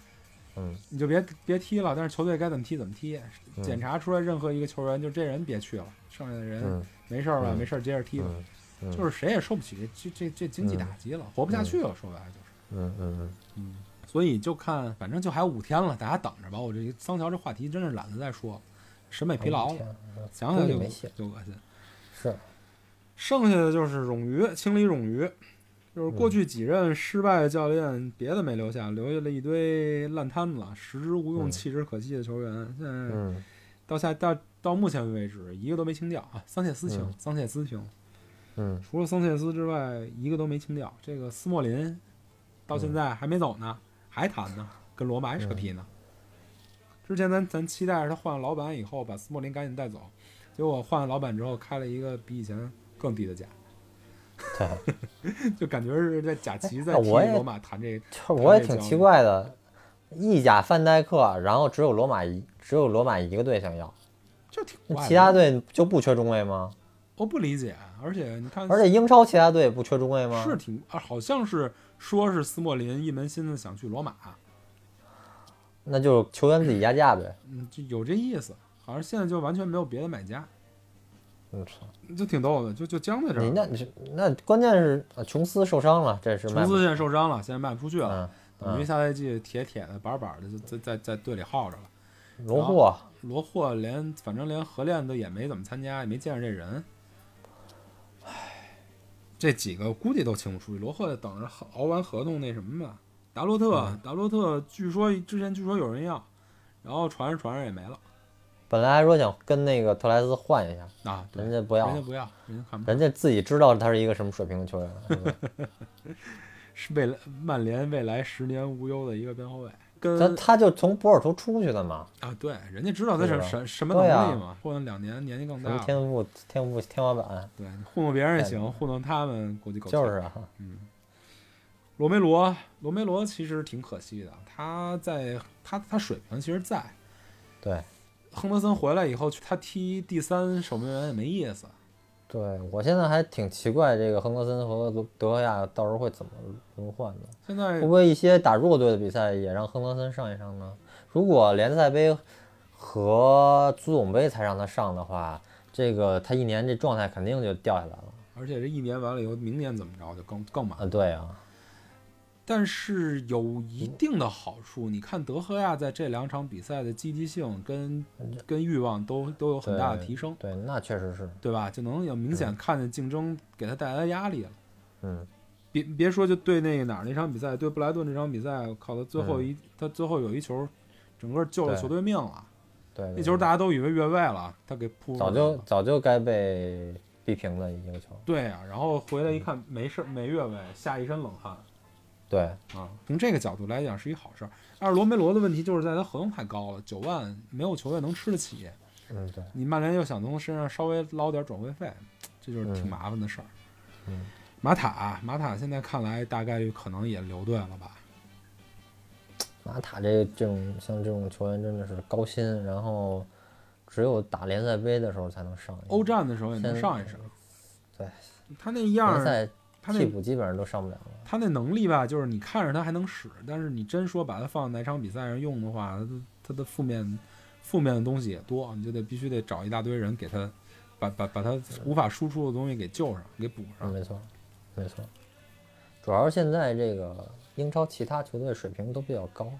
C: 嗯，
B: 你就别别踢了。但是球队该怎么踢怎么踢，
C: 嗯
B: 检查出来任何一个球员就这人别去了，剩下的人
C: 嗯
B: 没事儿吧，
C: 嗯
B: 没事儿接着踢吧。
C: 嗯嗯
B: 就是谁也受不起这这这这经济打击了，活不下去了，说白了就是。
C: 嗯嗯
B: 嗯，所以就看，反正就还有五天了，大家等着吧。我这桑乔这话题真是懒得再说了，审美
C: 嗯，
B: 疲劳了，
C: 天嗯
B: 想想就
C: 估计没戏
B: 就恶心。
C: 是
B: 剩下的就是冗余，清理冗余，就是
C: 嗯
B: 过去几任失败的教练，别的没留下，留下了一堆烂摊子，食之无用，
C: 嗯
B: 弃之可惜的球员。现在
C: 嗯
B: 到下到到目前为止，一个都没清掉啊！桑切斯清
C: 嗯，
B: 桑切斯清，
C: 嗯
B: 除了桑切斯之外，一个都没清掉。这个斯莫林到
C: 嗯
B: 现在还没走呢，还谈呢，跟罗马还扯皮呢。之前咱咱期待着他换了老板以后把斯莫林赶紧带走，结果换了老板之后开了一个比以前更低的
C: <laughs>
B: 价， <laughs>
C: 对，
B: 就感觉是在贾奇在
C: 哎那
B: 替
C: 我也
B: 罗马谈这个。
C: 就是我也挺奇怪的，意甲范戴克，啊然后只有罗马一只有罗马一个队想要，
B: 这挺
C: 那
B: 怪的，
C: 其他队就不缺中卫吗？
B: 我不理解，啊而且你看，
C: 而且英超其他队不缺中卫吗？
B: 是挺，啊好像是说是斯莫林一门心思想去罗马，
C: 那就是球员自己压价呗。
B: 嗯，就有这意思，好像现在就完全没有别的买家，
C: 我操，
B: 就挺逗的，就就僵在这儿
C: 你
B: 了。
C: 那你是那关键是呃琼斯受伤了，这是
B: 琼
C: 卖不
B: 斯现在受伤了，现在卖不出去了，
C: 嗯
B: 等于
C: 嗯，
B: 下赛季铁铁的、板板的就在在在队里耗着了。
C: 罗霍
B: 罗霍连反正连合练都也没怎么参加，也没见着这人。这几个估计都清不出去。罗赫等着熬完合同那什么吧。达洛特，
C: 嗯
B: 达洛特，据说之前据说有人要，然后传着传着也没了
C: 本来还说想跟那个特莱斯换一下，
B: 啊。对，
C: 人
B: 人
C: 家不要，哎
B: 家不要，人家看不上。
C: 人家自己知道他是一个什么水平的球员了，是
B: <laughs>
C: 吧
B: 是未来曼联未来十年无忧的一个边后卫，跟
C: 他他就从博尔图出去的嘛，
B: 啊，对，人家知道他
C: 对
B: 什
C: 吧
B: 什什么能
C: 对啊
B: 力嘛，混了两年，年纪更
C: 什
B: 大
C: 么
B: 了，
C: 天赋天赋天花板，
B: 对，你糊弄别人也
C: 对
B: 行，糊弄他们估计够呛。
C: 哎就是啊，
B: 罗梅罗，罗梅罗其实挺可惜的，他在他他水平其实在，
C: 对
B: 亨德森回来以后，他踢第三守门员也没意思。
C: 对，我现在还挺奇怪这个亨德森和罗德赫亚到时候会怎么轮换的。
B: 现在
C: 会不会一些打弱队的比赛也让亨德森上一上呢？如果联赛杯和足总杯才让他上的话，这个他一年这状态肯定就掉下来了。
B: 而且这一年完了以后，明年怎么着就更更麻
C: 啊，
B: 烦。
C: 对啊，
B: 但是有一定的好处，你看德赫亚在这两场比赛的积极性跟跟欲望都都有很大的提升，
C: 嗯对，那确实是，
B: 对吧？就能有明显看见竞争给他带来的压力了。
C: 嗯，
B: 别别说，就对那个哪儿那场比赛，对布莱顿这场比赛，我靠，他最后一、他最后有一球，整个救了
C: 对
B: 球队命了。
C: 对，
B: 那球大家都以为越位了，他给扑出
C: 早
B: 来
C: 就
B: 了
C: 早就该被逼平的一个球，
B: 对啊，然后回来一看没事儿没越位，吓一身冷汗
C: 对，
B: 啊。从这个角度来讲是一好事儿。但是罗梅罗的问题就是在他合同太高了，九万没有球队能吃得起。
C: 嗯对，
B: 你曼联又想从身上稍微捞点转会费，这就是挺
C: 嗯
B: 麻烦的事儿。
C: 嗯
B: 马塔，马塔现在看来大概率可能也留队了吧？
C: 马塔这这种像这种球员真的是高薪，然后只有打联赛杯的时候才能上一
B: 欧
C: 个，
B: 战的时候也能
C: 现
B: 上一上。
C: 嗯对，
B: 他那样
C: 联
B: 儿，
C: 赛
B: 他
C: 替
B: 那
C: 补基本上都上不了了。
B: 他那能力吧，就是你看着他还能使，但是你真说把他放在哪场比赛上用的话，他的他的负面负面的东西也多，你就得必须得找一大堆人给他把把把他无法输出的东西给救上，给补
C: 嗯，
B: 上。
C: 没错，没错。主要是现在这个英超其他球队水平都比较高，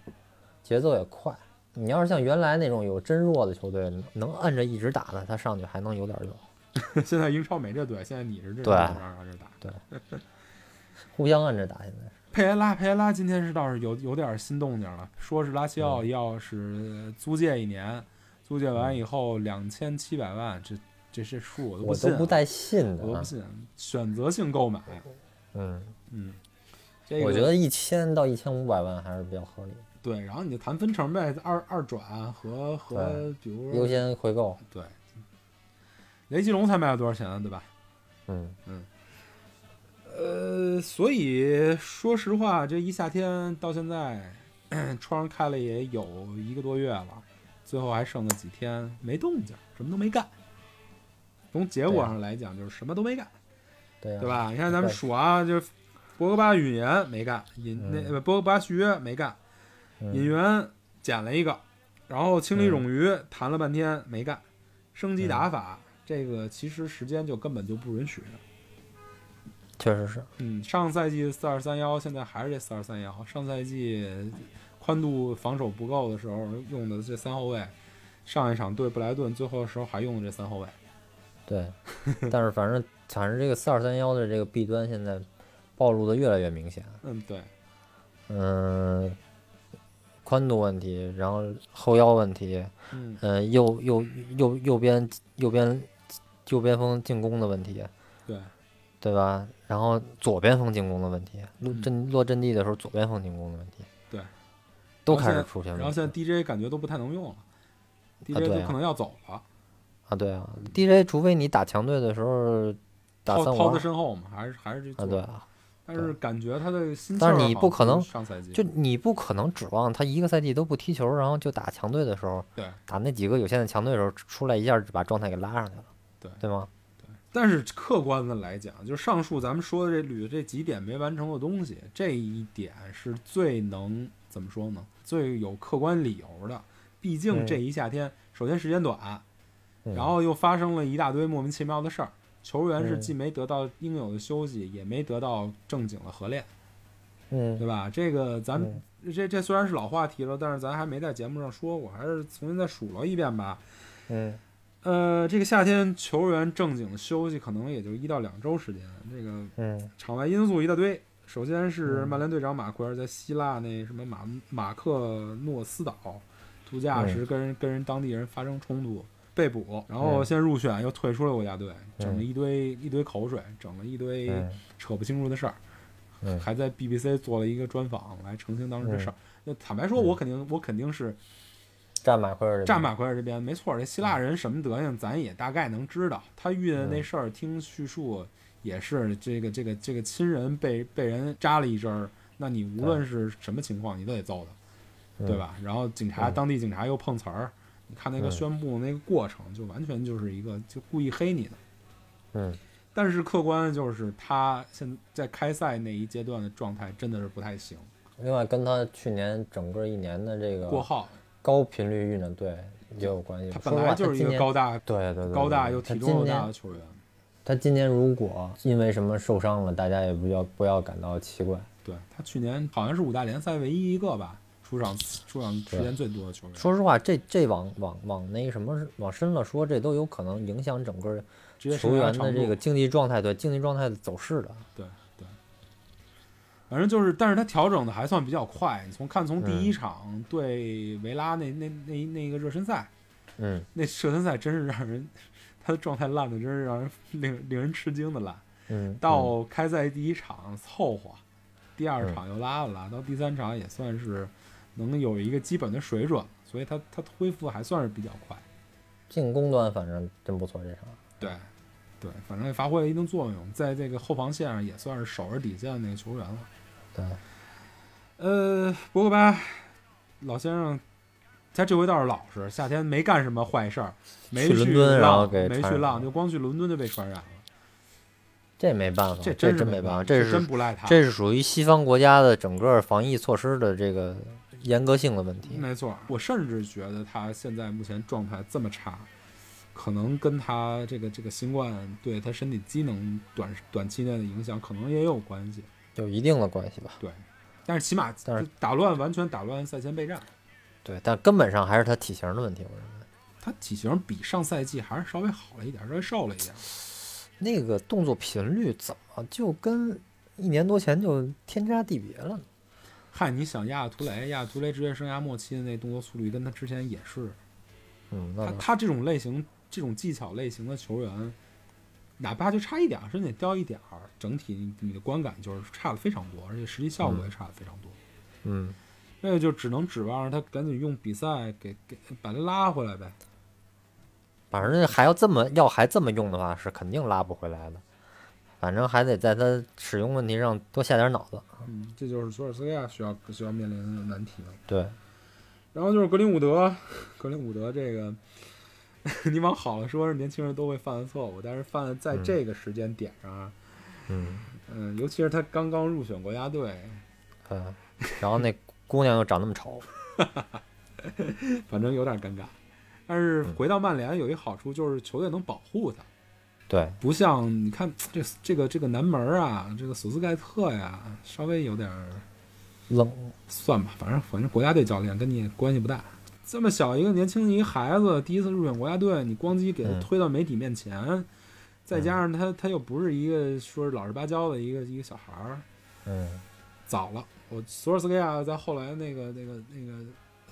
C: 节奏也快。你要是像原来那种有真弱的球队，能摁着一直打的，他上去还能有点用。
B: <laughs> 现在英超没这队，现在你是这队
C: 对
B: 让让这打。
C: 互相摁着打，现在是
B: 佩雷拉，佩雷拉今天是倒是有有点新动静了，说是拉齐奥
C: 嗯
B: 要是租借一年，租借完以后两千七百万，这这这数我都不
C: 我
B: 信
C: 都
B: 啊，
C: 不带信
B: 我
C: 的
B: 都
C: 啊
B: 不。信，选择性购买，
C: 嗯，
B: 嗯，这个
C: 我觉得一千到一千五百万还是比较合理，
B: 对，然后你就谈分成呗，二二转和和
C: 对
B: 比如
C: 优
B: 说
C: 先回购。
B: 对，雷吉隆才卖了多少钱啊，对吧？
C: 嗯，
B: 呃，所以说实话，这一夏天到现在， <clears throat> 窗儿开了也有一个多月了，最后还剩了几天，没动静，什么都没干。从结果上来讲，就是什么都没干，
C: 对呀、
B: 对？吧？你看咱们
C: 对
B: 数啊，就是博格巴语言没干，引那
C: 嗯
B: 呃博格巴续约没干，引
C: 嗯，
B: 援捡了一个，然后清理冗余谈了半天没干，升
C: 嗯
B: 级打法、这个其实时间就根本就不允许。
C: 确实是。
B: 嗯，上赛季四二三幺，现在还是这四二三幺。上赛季宽度防守不够的时候用的这三后卫，上一场对布莱顿最后的时候还用的这三后卫。 <laughs>
C: 对，但是反正反正这个四二三幺的这个弊端现在暴露的越来越明显。
B: 嗯，对，
C: 嗯，宽度问题，然后后腰问题，
B: 嗯，
C: 嗯、右右右右边右边右边锋进攻的问题，
B: 对，
C: 对吧？然后左边锋进攻的问题，落
B: 嗯
C: 阵落阵地的时候左边锋进攻的问题，
B: 对，
C: 都
B: 然后
C: 开始
B: 现在
C: 出现问
B: 然后
C: 题。
B: 现在 DJ 感觉都不太能用了，DJ
C: 嗯啊对
B: 都
C: 啊
B: 可能要走了，
C: 啊，对啊，DJ 除非你打强队的时候打
B: 掏
C: 三五
B: 掏
C: 二
B: 在身后嘛，还是还是这
C: 啊，
B: 做
C: 对啊，
B: 但是感觉他的心气
C: 但
B: 儿
C: 是
B: 好像
C: 你
B: 不
C: 不可能
B: 如上赛季
C: 就你不可能指望他一个赛季都不踢球，然后就打强队的时候，
B: 对。
C: 打那几个有限的强队的时候出来一下就把状态给拉上去了，
B: 对
C: 对吗？
B: 但是客观的来讲，就上述咱们说的这捋的这几点没完成的东西，这一点是最能怎么说呢？最有客观理由的。毕竟
C: 嗯
B: 这一夏天，首先时间短，
C: 嗯
B: 然后又发生了一大堆莫名其妙的事儿，球员是
C: 嗯
B: 既没得到应有的休息，也没得到正经的合练，
C: 嗯，
B: 对吧？这个咱们这这虽然是老话题了，但是咱还没在节目上说过，还是重新再数落一遍吧。
C: 嗯，
B: 呃，这个夏天球员正经休息可能也就一到两周时间，这个
C: 嗯
B: 场外因素一大堆。首先是
C: 嗯
B: 曼联队长马奎尔在希腊那什么马马克诺斯岛度假时跟人、跟人当地人发生冲突被捕，然后
C: 嗯
B: 先入选又退出了国家队，整了
C: 嗯
B: 一堆一堆口水，整了一堆
C: 嗯
B: 扯不清楚的事儿，
C: 嗯
B: 还在 BBC 做了一个专访来澄清当时的事儿。那坦白说，我肯定我肯定是
C: 站马奎尔这边
B: 站马奎尔这边没错儿，这希腊人什么德行，咱也大概能知道。他遇见
C: 嗯
B: 那事儿，听叙述也是这个这个这个亲人被被人扎了一针儿，那你无论是什么情况，你都得揍他，
C: 嗯
B: 对吧？然后警察
C: 嗯
B: 当地警察又碰瓷儿，你看那个
C: 嗯
B: 宣布那个过程，就完全就是一个就故意黑你的。
C: 嗯
B: 但是客观就是他现在开赛那一阶段的状态真的是不太行，
C: 另外跟他去年整个一年的这
B: 过
C: 个
B: 号，
C: 高频率遇呢，对也有关系。
B: 他
C: 说
B: 本来
C: 实话
B: 就是一
C: 今
B: 个
C: 年
B: 高大
C: 对对对
B: 高大
C: 对
B: 又
C: 他
B: 体重
C: 今
B: 又
C: 年
B: 大的球员。
C: 他今年如果因为什么受伤了，大家也不要不要感到奇怪。
B: 对他去年好像是五大联赛唯一一个吧，出场出场时间最多的球员。
C: 说实话，这这往往往那个什么往深了说，这都有可能影响整个
B: 职业生
C: 球
B: 涯
C: 员
B: 长
C: 的
B: 度
C: 这个竞技状态，对竞技状态的走势的。
B: 反正就是，但是他调整的还算比较快。你从看从第一
C: 嗯
B: 场对维拉那那那那个热身赛，
C: 嗯
B: 那热身赛真是让人 <laughs> 他的状态烂的，真是让人令令人吃惊的烂。
C: 嗯，嗯
B: 到开赛第一场凑合，第二
C: 嗯
B: 场又拉了拉，到第三场也算是能有一个基本的水准，所以他他恢复还算是比较快。
C: 进攻端反正真不错这场。
B: 对，对，反正也发挥了一定作用，在这个后防线上也算是守着底线的那个球员了。
C: 对，
B: 呃，博格巴老先生，他这回倒是老实，夏天没干什么坏事儿，没
C: 去伦敦然后
B: 浪
C: 给
B: 没
C: 传
B: 去
C: 染
B: 浪，
C: 了
B: 就光去伦敦就被传染了，
C: 这没办法，
B: 这
C: 这
B: 是
C: 没
B: 办
C: 法，
B: 这
C: 这
B: 真
C: 是
B: 不赖他。
C: 这是属于西方国家的整个防疫措施的这个严格性的问题。
B: 没错，我甚至觉得他现在目前状态这么差，可能跟他这个这个新冠对他身体机能短短期内的影响可能也有关系。
C: 有一定的关系吧。
B: 对，但是起码
C: 但是
B: 就打乱完全打乱赛前备战。
C: 对，但根本上还是他体型的问题，我认为。
B: 他体型比上赛季还是稍微好了一点，稍微瘦了一点。
C: 那个动作频率怎么就跟一年多前就天差地别了呢？
B: 嗨，你想亚图雷，亚图雷职业生涯末期的那动作速率跟他之前也是，
C: 嗯，那
B: 他
C: 倒是
B: 他这种类型、这种技巧类型的球员，哪怕就差一点儿，甚至掉一点儿，整体你你的观感就是差的非常多，而且实际效果也差的非常多。
C: 嗯，
B: 那就只能指望他赶紧用比赛给给把他拉回来呗。
C: 反正还要这么要还这么用的话，是肯定拉不回来的。反正还得在他使用问题上多下点脑子。
B: 嗯，这就是索尔斯克亚需要需要面临的难题了。
C: 对，
B: 然后就是格林伍德， <laughs> 格林伍德这个， <laughs> 你往好了说是年轻人都会犯的错误，但是犯的在
C: 嗯
B: 这个时间点上啊，
C: 嗯
B: 嗯、尤其是他刚刚入选国家队，
C: 嗯，然后那姑娘又长那么丑，
B: 反正有点尴尬。但是
C: 嗯
B: 回到曼联有一好处就是球队能保护他，
C: 对，
B: 不像你看这这个这个南门啊，这个索斯盖特呀，稍微有点儿
C: 冷，
B: 算吧，反正反正国家队教练跟你也关系不大。这么小一个年轻的一孩子，第一次入选国家队，你咣叽给他
C: 嗯
B: 推到媒体面前，再加上他他又不是一个说是老实巴交的一个一个小孩儿，
C: 嗯
B: 早了。我索尔斯克亚在后来那个那个那个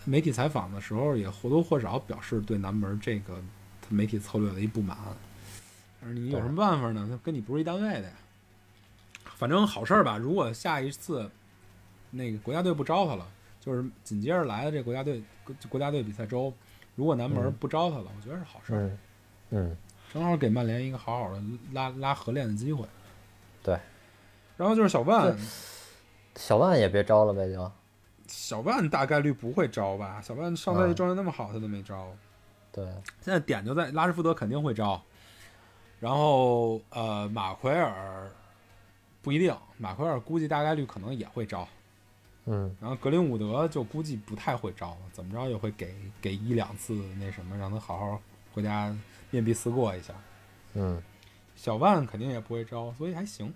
B: 媒体采访的时候，也或多或少表示对南门这个他媒体策略的一不满。而你有什么办法呢？他跟你不是一单位的呀。反正好事儿吧。如果下一次那个国家队不招他了，就是紧接着来的这国家队国国家队比赛周，如果南门
C: 嗯
B: 不招他了，我觉得是好事儿，
C: 嗯嗯，
B: 正好给曼联一个好好的拉拉合练的机会。
C: 对。
B: 然后就是小万
C: 对，小万也别招了呗，就
B: 小万大概率不会招吧？小万上赛季
C: 嗯
B: 状态那么好，他都没招。
C: 对，
B: 现在点就在拉什福德肯定会招，然后呃马奎尔不一定，马奎尔估计大概率可能也会招，
C: 嗯
B: 然后格林伍德就估计不太会招了，怎么着也会给给一两次那什么，让他好好回家面壁思过一下。
C: 嗯
B: 小万肯定也不会招，所以还行。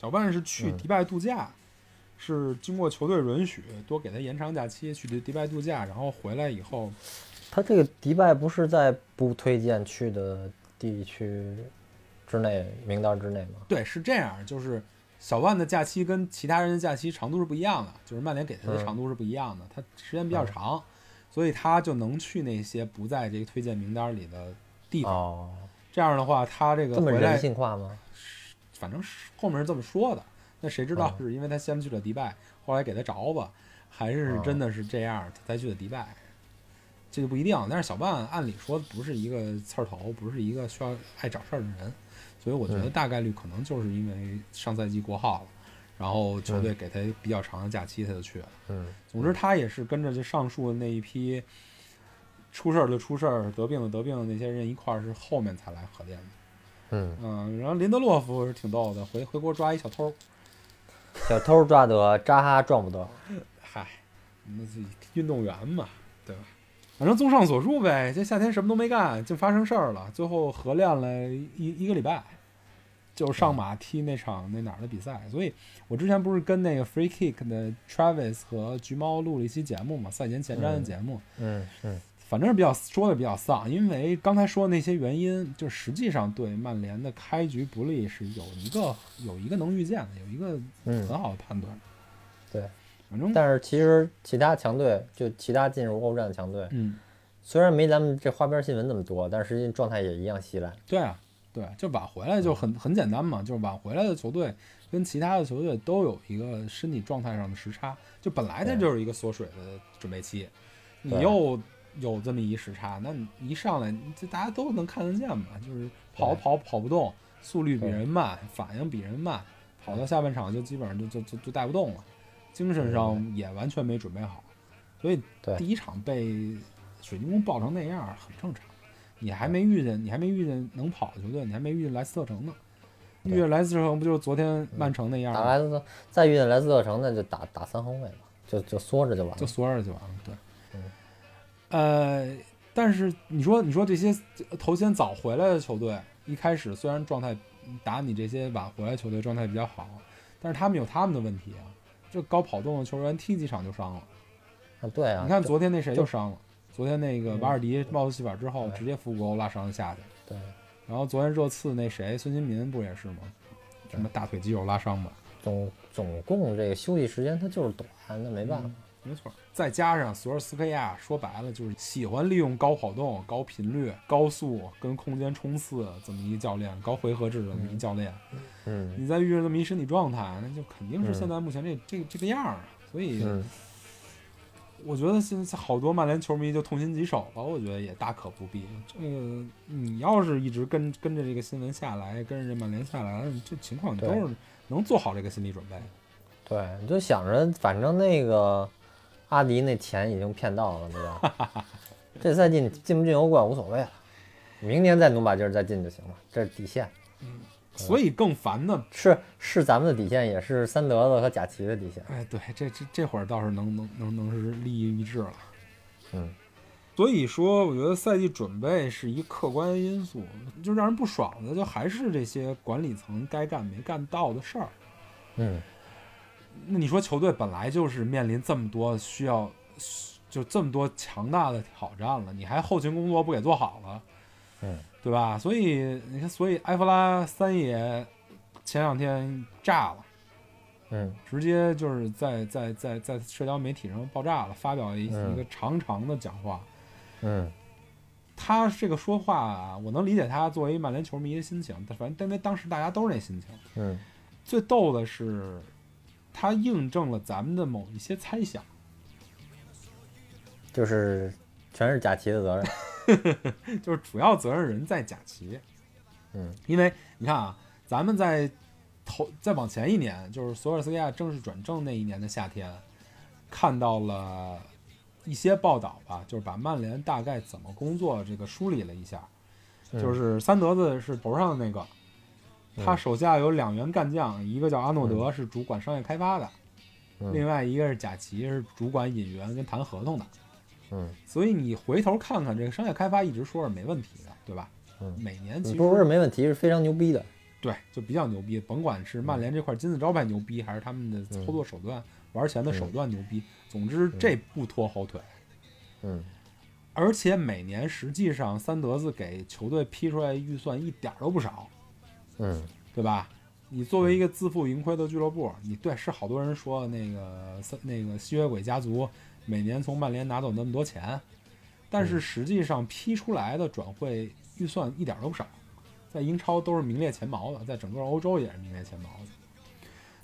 B: 小万是去
C: 嗯
B: 迪拜度假，是经过球队允许，多给他延长假期去迪迪拜度假，然后回来以后
C: 他这个迪拜不是在不推荐去的地区之内名单之内吗？
B: 对，是这样，就是小万的假期跟其他人的假期长度是不一样的，就是曼联给他的
C: 嗯
B: 长度是不一样的，他时间比较长，所以他就能去那些不在这个推荐名单里的地方。
C: 哦，
B: 这样的话，他这个
C: 这么
B: 回
C: 人
B: 来，
C: 性化吗？
B: 反正是后面是这么说的。那谁知道
C: 哦
B: 是因为他先去了迪拜，后来给他着吧，还是
C: 哦
B: 真的是这样他才去的迪拜？这就不一定。但是小万按理说不是一个刺儿头，不是一个需要爱找事儿的人，所以我觉得
C: 嗯
B: 大概率可能就是因为上赛季国号了，然后球队给他比较长的假期，他就去了。
C: 嗯，
B: 总之，他也是跟着这上述的那一批出事儿的出事儿、得病的得病的那些人一块儿，是后面才来核电的。
C: 嗯，
B: 嗯，然后林德洛夫是挺逗的，回回国抓一小偷，
C: 小偷抓得，扎哈撞不得。
B: 嗨，那是运动员嘛，对吧？反正综上所述呗，这夏天什么都没干，竟发生事儿了。最后合练了一一个礼拜，就上马踢那场那哪儿的比赛。所以我之前不是跟那个 Free Kick 的 Travis 和橘猫录了一期节目嘛，赛前前瞻的节目，
C: 嗯嗯
B: 反正是比较说的比较丧，因为刚才说的那些原因，就实际上对曼联的开局不利是有一个有一个能预见的，有一个
C: 嗯，
B: 很好的判断。
C: 对，
B: 反正
C: 但是其实其他强队，就其他进入欧战的强队，
B: 嗯，
C: 虽然没咱们这花边新闻那么多，但是实际状态也一样稀烂。
B: 对啊，对啊，就挽回来就很很简单嘛，就是挽回来的球队跟其他的球队都有一个身体状态上的时差，就本来它
C: 对
B: 就是一个缩水的准备期，你
C: 对
B: 又有这么一时差，那你一上来这大家都能看得见嘛，就是跑
C: 对
B: 跑跑不动，速率比
C: 对
B: 人慢，反应比人慢，跑到下半场就基本上就就就就带不动了，精神上也完全没准备好，所以
C: 对
B: 第一场被水晶宫爆成那样儿很正常。你还没遇见，你还没遇见能跑的球队，你还没遇见莱斯特城呢。遇
C: 对嗯
B: 见莱斯特城不就是昨天曼城那样
C: 打
B: 吗？
C: 莱斯特，再遇见莱斯特城，那就打打三后卫吧，就就缩着就完
B: 就
C: 了。
B: 索尔就完了。对，
C: 嗯
B: 呃，但是你说，你说这些头先早回来的球队，一开始虽然状态打你这些晚回来球队状态比较好，但是他们有他们的问题啊。这高跑动的球员踢几场就伤了，
C: 啊，对啊，
B: 你看
C: 这
B: 昨天那谁就
C: 就
B: 伤了，昨天那个
C: 嗯
B: 瓦尔迪帽子戏法之后
C: 对
B: 直接腹股沟拉伤就下去了。
C: 对
B: 然后昨天热刺那谁孙兴民不也是吗？什么大腿肌肉拉伤吧？
C: 总总共这个休息时间它就是短，那没办法。
B: 嗯没错。再加上索尔斯克亚，说白了就是喜欢利用高跑动、高频率、高速跟空间冲刺这么一教练，高回合制的这么一教练。
C: 嗯
B: 你再遇上这么一身体状态，那就肯定是
C: 嗯
B: 现在目前这这这个样儿啊。所以
C: 嗯，
B: 我觉得现在好多曼联球迷就痛心疾首了，我觉得也大可不必。这个你要是一直跟跟着这个新闻下来，跟着这曼联下来，这情况你都
C: 对
B: 是能做好这个心理准备。
C: 对，你就想着反正那个阿迪那钱已经骗到了，对吧？ <laughs> 这赛季你进不进欧冠无所谓了，明年再努把劲儿再进就行了，这是底线。
B: 所以更烦的，
C: 是是咱们的底线，也是三德子和贾奇的底线。
B: 哎，对，这这这会儿倒是能能能能是利益一致了。
C: 嗯，
B: 所以说，我觉得赛季准备是一客观因素，就让人不爽的，就还是这些管理层该干没干到的事儿。
C: 嗯，
B: 那你说球队本来就是面临这么多需要，就这么多强大的挑战了，你还后勤工作不给做好了，
C: 嗯，
B: 对吧？所以你看，所以埃弗拉三爷前两天炸了，
C: 嗯，
B: 直接就是在在在在社交媒体上爆炸了，发表一
C: 嗯
B: 一个长长的讲话。
C: 嗯，
B: 他这个说话啊，我能理解他作为曼联球迷的心情，但反正因为当时大家都是那心情。
C: 嗯，
B: 最逗的是，他印证了咱们的某一些猜想。
C: 就是全是贾奇的责任。
B: 就是主要责任人在贾奇。
C: 嗯，
B: 因为你看啊，咱们在头再往前一年，就是索尔斯克亚正式转正那一年的夏天，看到了一些报道吧，就是把曼联大概怎么工作这个梳理了一下。
C: 嗯
B: 就是三德子是头上的那个，他
C: 嗯
B: 手下有两员干将，一个叫阿诺德，是主管商业开发的，
C: 嗯
B: 另外一个是贾奇，是主管引援跟谈合同的。
C: 嗯，
B: 所以你回头看看，这个商业开发一直说是没问题的，对吧？
C: 嗯
B: 每年其
C: 你
B: 实
C: 不是没问题，是非常牛逼的。
B: 对就比较牛逼，甭管是曼联这块金字招牌牛逼，还是他们的
C: 嗯
B: 操作手段、玩钱的手段牛逼，总之这不拖后腿。
C: 嗯
B: 而且每年实际上三德子给球队批出来预算一点儿都不少，
C: 嗯，
B: 对吧？你作为一个自负盈亏的俱乐部，你对是好多人说那个三那个吸血鬼家族每年从曼联拿走那么多钱，但是实际上批出来的转会预算一点儿都不少，在英超都是名列前茅的，在整个欧洲也是名列前茅的。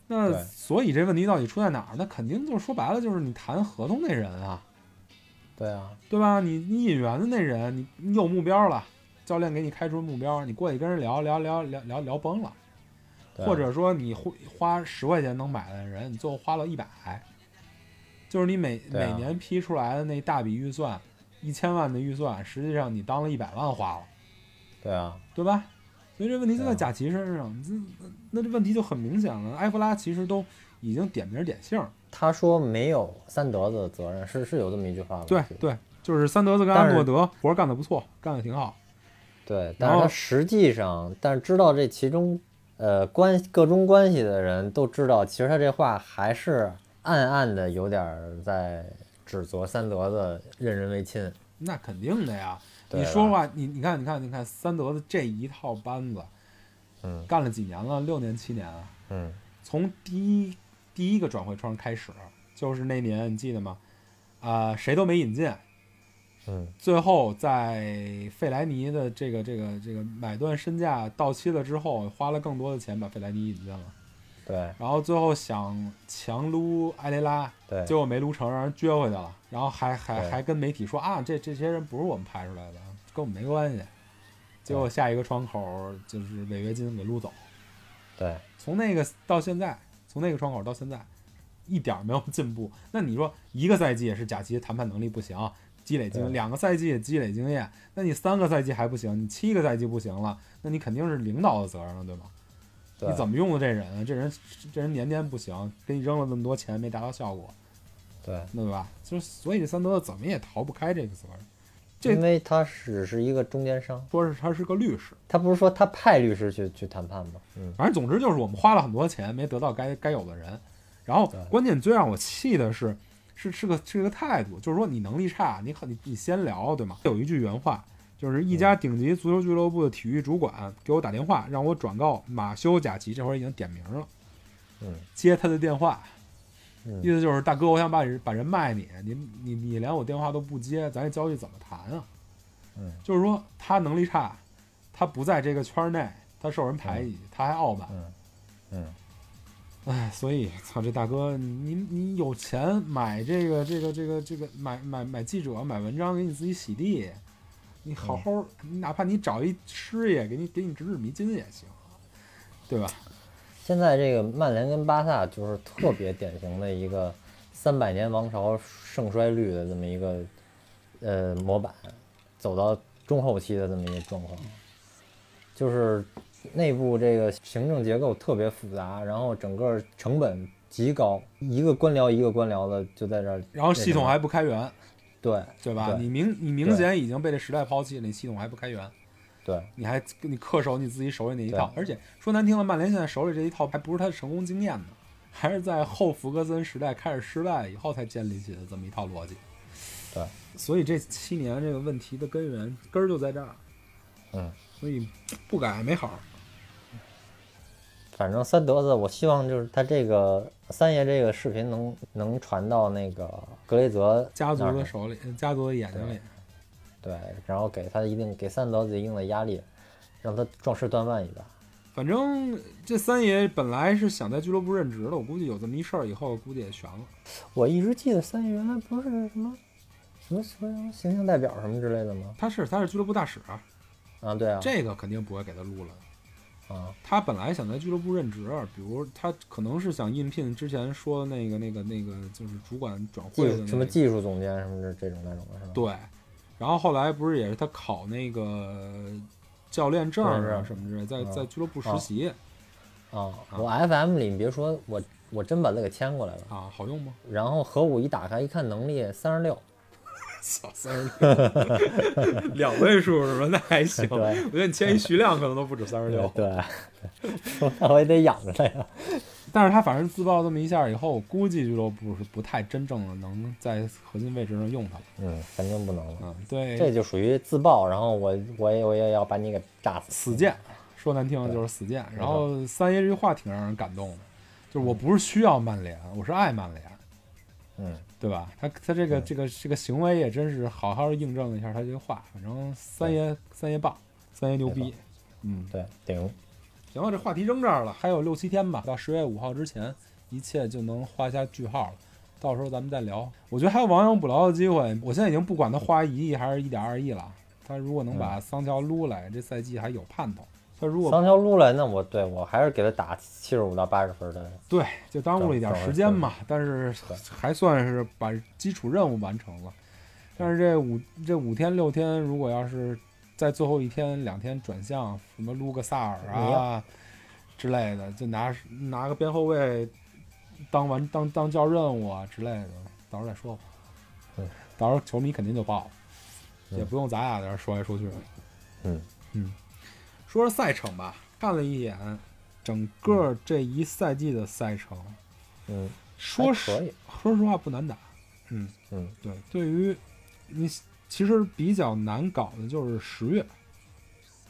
B: 那
C: 对
B: 所以这问题到底出在哪儿？那肯定就是说白了，就是你谈合同那人啊，
C: 对啊，
B: 对吧？你你引援的那人，你你有目标了，教练给你开出目标，你过去跟人聊聊聊聊聊聊崩了，
C: 对啊
B: 或者说你花花十块钱能买的人，你最后花了一百，就是你每、
C: 对
B: 每
C: 啊
B: 年批出来的那大笔预算，一千万的预算，实际上你当了一百万花了，
C: 对啊，
B: 对吧？所以这问题就在
C: 对啊
B: 贾奇身上，你这那那这问题就很明显了。埃弗拉其实都已经点名点姓儿，
C: 他说没有三德子的责任，是是有这么一句话吧？
B: 对
C: 是
B: 对，就是三德子跟
C: 但
B: 安
C: 是
B: 诺德活儿干得不错，干得挺好。
C: 对，
B: 然
C: 但是
B: 后
C: 他实际上，但是知道这其中，呃，关各中关系的人都知道，其实他这话还是暗暗的有点儿在指责三德子任人唯亲。
B: 那肯定的呀，
C: 对啊
B: 你说
C: 吧
B: 话，你你看，你看，你看，三德的这一套班子，
C: 嗯
B: 干了几年了？六年、七年啊？
C: 嗯，
B: 从第一第一个转会窗开始，就是那年你记得吗？啊、谁都没引进，
C: 嗯，
B: 最后在费莱尼的这个这个这个买断身价到期了之后，花了更多的钱把费莱尼引进了，
C: 对
B: 然后最后想强撸埃雷拉，
C: 对
B: 结果没撸成，让人撅回去了，然后还还
C: 对
B: 还跟媒体说啊，这这些人不是我们派出来的，跟我们没关系。结果下一个窗口就是违约金给撸走，
C: 对
B: 从那个到现在，从那个窗口到现在，一点儿没有进步。那你说一个赛季是贾奇谈判能力不行，积累经验；
C: 对
B: 两个赛季积累经验，那你三个赛季还不行，你七个赛季不行了，那你肯定是领导的责任了，对吗？
C: 对，
B: 你怎么用的这人啊？这人这人年年不行，给你扔了那么多钱没达到效果，
C: 对？
B: 对吧？就是所以这三德子怎么也逃不开这个责任。这
C: 因为他只是一个中间商，
B: 说是他是个律师，
C: 他不是说他派律师去去谈判吗？嗯，
B: 反正总之就是我们花了很多钱没得到该该有的人。然后
C: 对
B: 关键最让我气的是，是是个是个态度，就是说你能力差，你很你你先聊对吗？有一句原话就是一
C: 嗯
B: 家顶级足球俱乐部的体育主管给我打电话，让我转告马修贾奇，这会儿已经点名了。
C: 嗯，
B: 接他的电话，
C: 嗯
B: 意思就是大哥，我想把人把人卖你，你你你连我电话都不接，咱这交易怎么谈啊？
C: 嗯，
B: 就是说他能力差，他不在这个圈儿内，他受人排挤，他还傲慢，
C: 嗯嗯，
B: 哎，所以操这大哥，你你有钱买这个这个这个这个买买买记者买文章给你自己洗地，你好
C: 嗯
B: 好，你哪怕你找一师爷给你给你指指迷津也行，对吧？
C: 现在这个曼联跟巴萨就是特别典型的一个三百年王朝盛衰率的这么一个呃模板，走到中后期的这么一个状况，就是内部这个行政结构特别复杂，然后整个成本极高，一个官僚一个官僚的就在这儿，
B: 然后系统
C: 那什么
B: 还不开源，
C: 对
B: 对吧？
C: 对
B: 你明你明显已经被这时代抛弃了，你系统还不开源，
C: 对
B: 你还你恪守你自己手里那一套。
C: 对
B: 而且说难听了，曼联现在手里这一套还不是他的成功经验呢，还是在后弗格森时代开始失败以后才建立起的这么一套逻辑。
C: 对，
B: 所以这七年这个问题的根源根儿就在这儿。
C: 嗯，
B: 所以不改没好。
C: 反正三德子，我希望就是他这个三爷这个视频能能传到那个格雷泽
B: 家族
C: 那儿
B: 的
C: 去
B: 手里，家族的眼睛里，
C: 对，然后给他一定给三德子一定的压力，让他壮士断腕一把。
B: 反正这三爷本来是想在俱乐部任职的，我估计有这么一事儿以后，估计也悬了。
C: 我一直记得三爷原来不是什么什么什么什么形象代表什么之类的吗？
B: 他是他是俱乐部大使啊，
C: 啊，对啊，
B: 这个肯定不会给他录了。
C: 啊，
B: 他本来想在俱乐部任职，比如他可能是想应聘之前说的那个、那个、那个，就是主管转
C: 技
B: 会的、那
C: 术
B: 个、
C: 什么技术总监什么这这种那种的是吧？
B: 对。然后后来不是也是他考那个教练证
C: 教练
B: 啊
C: 证
B: 什么之类，在
C: 嗯
B: 在俱乐部实习
C: 啊，我 FM 里你别说，我我真把他给签过来了。
B: 啊，好
C: <laughs>
B: 用吗？
C: 然后核武一打开一看，能力
B: <laughs>
C: 三十六，
B: 小三儿，两位数是吧？那还行。
C: 对
B: 我觉得你签一徐亮可能都不止三十
C: 对 <laughs>
B: 六。
C: 对，我也得养着他呀。
B: 但是他反正自爆这么一下以后，估计俱乐部是不太真正的能在核心位置上用他了。
C: 嗯，肯定不能了。
B: 嗯，对，
C: 这就属于自爆，然后我我也我也要把你给炸死。
B: 死谏，说难听的就是死谏。然后三爷这句话挺让人感动的，就是我不是需要曼联，我是爱曼联，
C: 嗯，
B: 对吧？他他这个
C: 嗯
B: 这个这个行为也真是好好印证了一下他这句话。反正三爷三爷棒，三爷牛
C: 太
B: 逼
C: 棒。
B: 嗯，
C: 对，顶。
B: 行了，这话题扔这儿了，还有六七天吧，到十月五号之前，一切就能画下句号了。到时候咱们再聊。我觉得还有亡羊补牢的机会。我现在已经不管他花一亿还是一点二亿了，他如果能把桑乔撸来，这赛季还有盼头。他如果
C: 桑乔撸来，那我对我还是给他打七十五到八十分的。
B: 对，就耽误了一点时间嘛，但是
C: 对
B: 还算是把基础任务完成了。但是这五这五天六天，如果要是在最后一天两天转向，什么撸个萨尔
C: 你
B: 啊之类的，就拿拿个边后卫当完当当教任务啊之类的，到时候再说吧
C: 对。
B: 到时候球迷肯定就爆了，也
C: 嗯
B: 不用咱俩在这儿说来说去。
C: 嗯
B: 嗯，说说赛程吧，看了一眼整个这一赛季的赛程，
C: 嗯，
B: 说
C: 还可
B: 实
C: 以。
B: 说实话不难打。嗯，
C: 嗯
B: 对，对于你其实比较难搞的就是十月，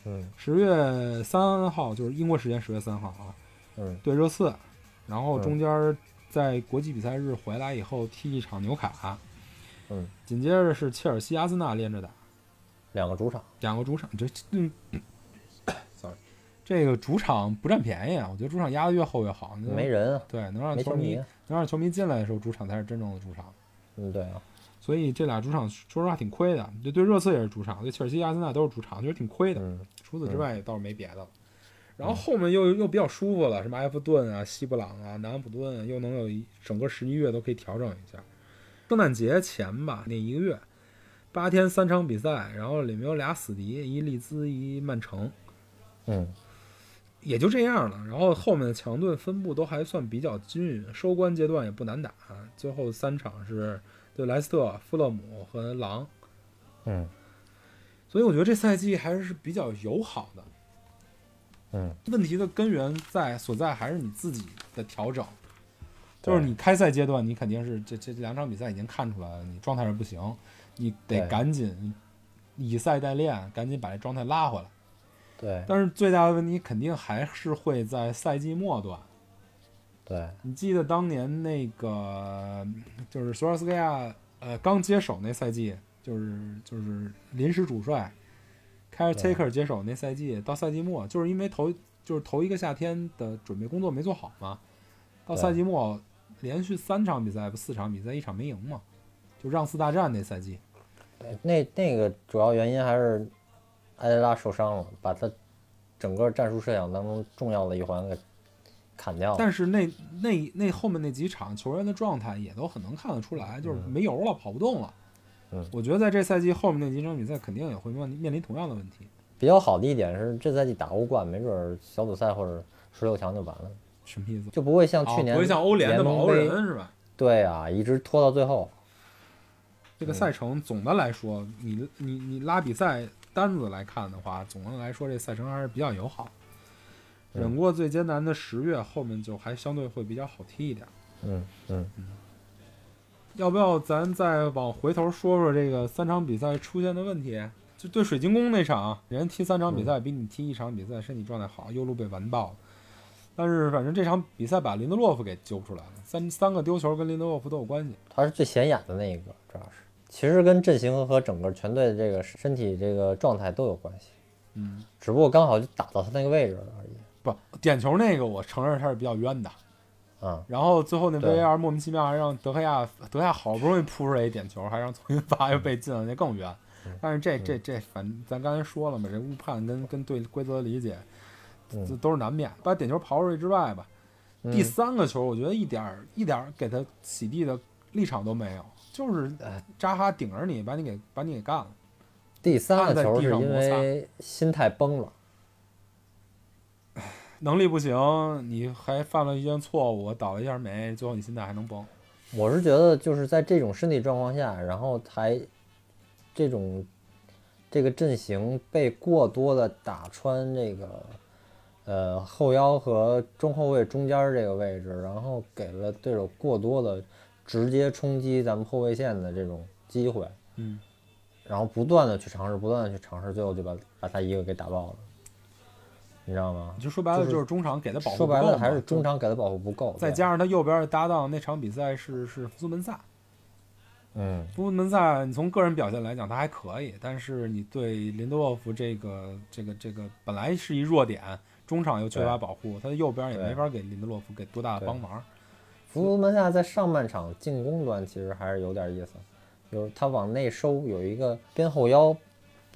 C: 嗯
B: 十月三号就是英国时间十月三号啊，
C: 嗯
B: 对热刺，然后
C: 嗯
B: 中间在国际比赛日回来以后踢一场纽卡，
C: 嗯，
B: 紧接着是切尔西、阿森纳连着打，
C: 两个主场。
B: 两个主场，这嗯，sorry，这个主场不占便宜啊，我觉得主场压得越厚越好，那
C: 没人，啊
B: 对，能让
C: 没
B: 嗯球
C: 球
B: 迷
C: 迷。啊
B: 能让球迷进来的时候，主场才是真正的主场。
C: 嗯，对啊，
B: 所以这俩主场说实话挺亏的，就对热刺也是主场，对切尔西、阿森纳都是主场，觉得挺亏的。
C: 嗯
B: 除此之外也倒是没别的了。然后后面又又比较舒服了，什么埃弗顿啊、西布朗啊、南安普顿啊，又能有一整个十一月都可以调整一下。圣诞节前吧，那一个月八天三场比赛，然后里面有俩死敌，一利兹一曼城，
C: 嗯
B: 也就这样了。然后后面的强队分布都还算比较均匀，收官阶段也不难打。最后三场是对莱斯特、富勒姆和狼，
C: 嗯
B: 所以我觉得这赛季还是比较友好的。
C: 嗯，
B: 问题的根源在所在还是你自己的调整，
C: 对
B: 就是你开赛阶段，你肯定是这这这两场比赛已经看出来了，你状态是不行，你得
C: 对
B: 赶紧以赛代练，赶紧把这状态拉回来。
C: 对
B: 但是最大的问题肯定还是会在赛季末端。
C: 对，
B: 你记得当年那个就是索尔斯克亚呃刚接手那赛季，就是就是临时主帅 caretaker 接手那赛季，到赛季末就是因为头就是头一个夏天的准备工作没做好嘛，到
C: 对
B: 赛季末连续三场比赛不四场比赛一场没赢嘛，就让四大战那赛季，
C: 那那个主要原因还是埃雷拉受伤了，把他整个战术设想当中重要的一环给砍掉了。
B: 但是那那那后面那几场球员的状态也都很能看得出来，就是没油了，跑不动了。
C: 嗯
B: 我觉得在这赛季后面那几场比赛肯定也会面面临同样的问题。
C: 比较好的一点是，这赛季打欧冠，没准儿小组赛或者十六强就完了，
B: 什么意思？
C: 就不会像去年、
B: 哦不会像欧联那么
C: 盟
B: 欧
C: 杯
B: 人是吧？
C: 对啊，一直拖到最后。
B: 这
C: 嗯
B: 个赛程总的来说，你你你拉比赛单子来看的话，总的来说这赛程还是比较友好。
C: 嗯
B: 忍过最艰难的十月，后面就还相对会比较好踢一点。
C: 嗯嗯
B: 要不要咱再往回头说说这个三场比赛出现的问题？就对水晶宫那场，人家踢三场比赛比你踢一场比赛身体状态好，右路被完爆了。但是反正这场比赛把林德洛夫给揪出来了，三三个丢球跟林德洛夫都有关系。
C: 他是最显眼的那一个，主要是其实跟阵型和整个全队的这个身体这个状态都有关系，
B: 嗯，
C: 只不过刚好就打到他那个位置了而已。
B: 不，点球那个我承认他是比较冤的。
C: 啊、
B: 然后最后那
C: 对
B: VAR 莫名其妙还让德赫亚，德赫亚好不容易扑出来一点球，还让重新罚又被进了，那更冤。
C: 嗯
B: 但是这这这，反正咱刚才说了嘛，这误判跟跟对规则的理解，
C: 嗯
B: 这都是难免。把点球刨出去之外吧，
C: 嗯，
B: 第三个球我觉得一点儿一点儿给他洗地的立场都没有，就是
C: 哎
B: 扎哈顶着你，把你给把你给干了。
C: 第三个球是
B: 按在地上
C: 因
B: 摩
C: 为心态崩了，
B: 能力不行，你还犯了一些错误，倒了一下霉，最后你心态还能崩。
C: 我是觉得就是在这种身体状况下，然后还这种这个阵型被过多的打穿这个呃后腰和中后卫中间儿这个位置，然后给了对手过多的直接冲击咱们后卫线的这种机会，
B: 嗯，
C: 然后不断的去尝试，不断的去尝试，最后就把把他一个给打爆了，你知道吗？
B: 就说白了
C: 就是
B: 就是中场给他保护
C: 说
B: 不
C: 白
B: 够嘛
C: 了还是中，场给的保护不够，
B: 再
C: 对
B: 加上他右边的搭档那场比赛是是苏门萨，
C: 嗯
B: 苏门萨你从个人表现来讲他还可以，但是你对林多洛夫这个这个这个本来是一弱点，中场又缺乏保护，他的右边也
C: 对
B: 没法给林德洛夫给多大的帮
C: <laughs>
B: 忙。 <laughs>
C: 福格门萨在上半场进攻端其实还是有点意思，有他往内收，有一个边后腰，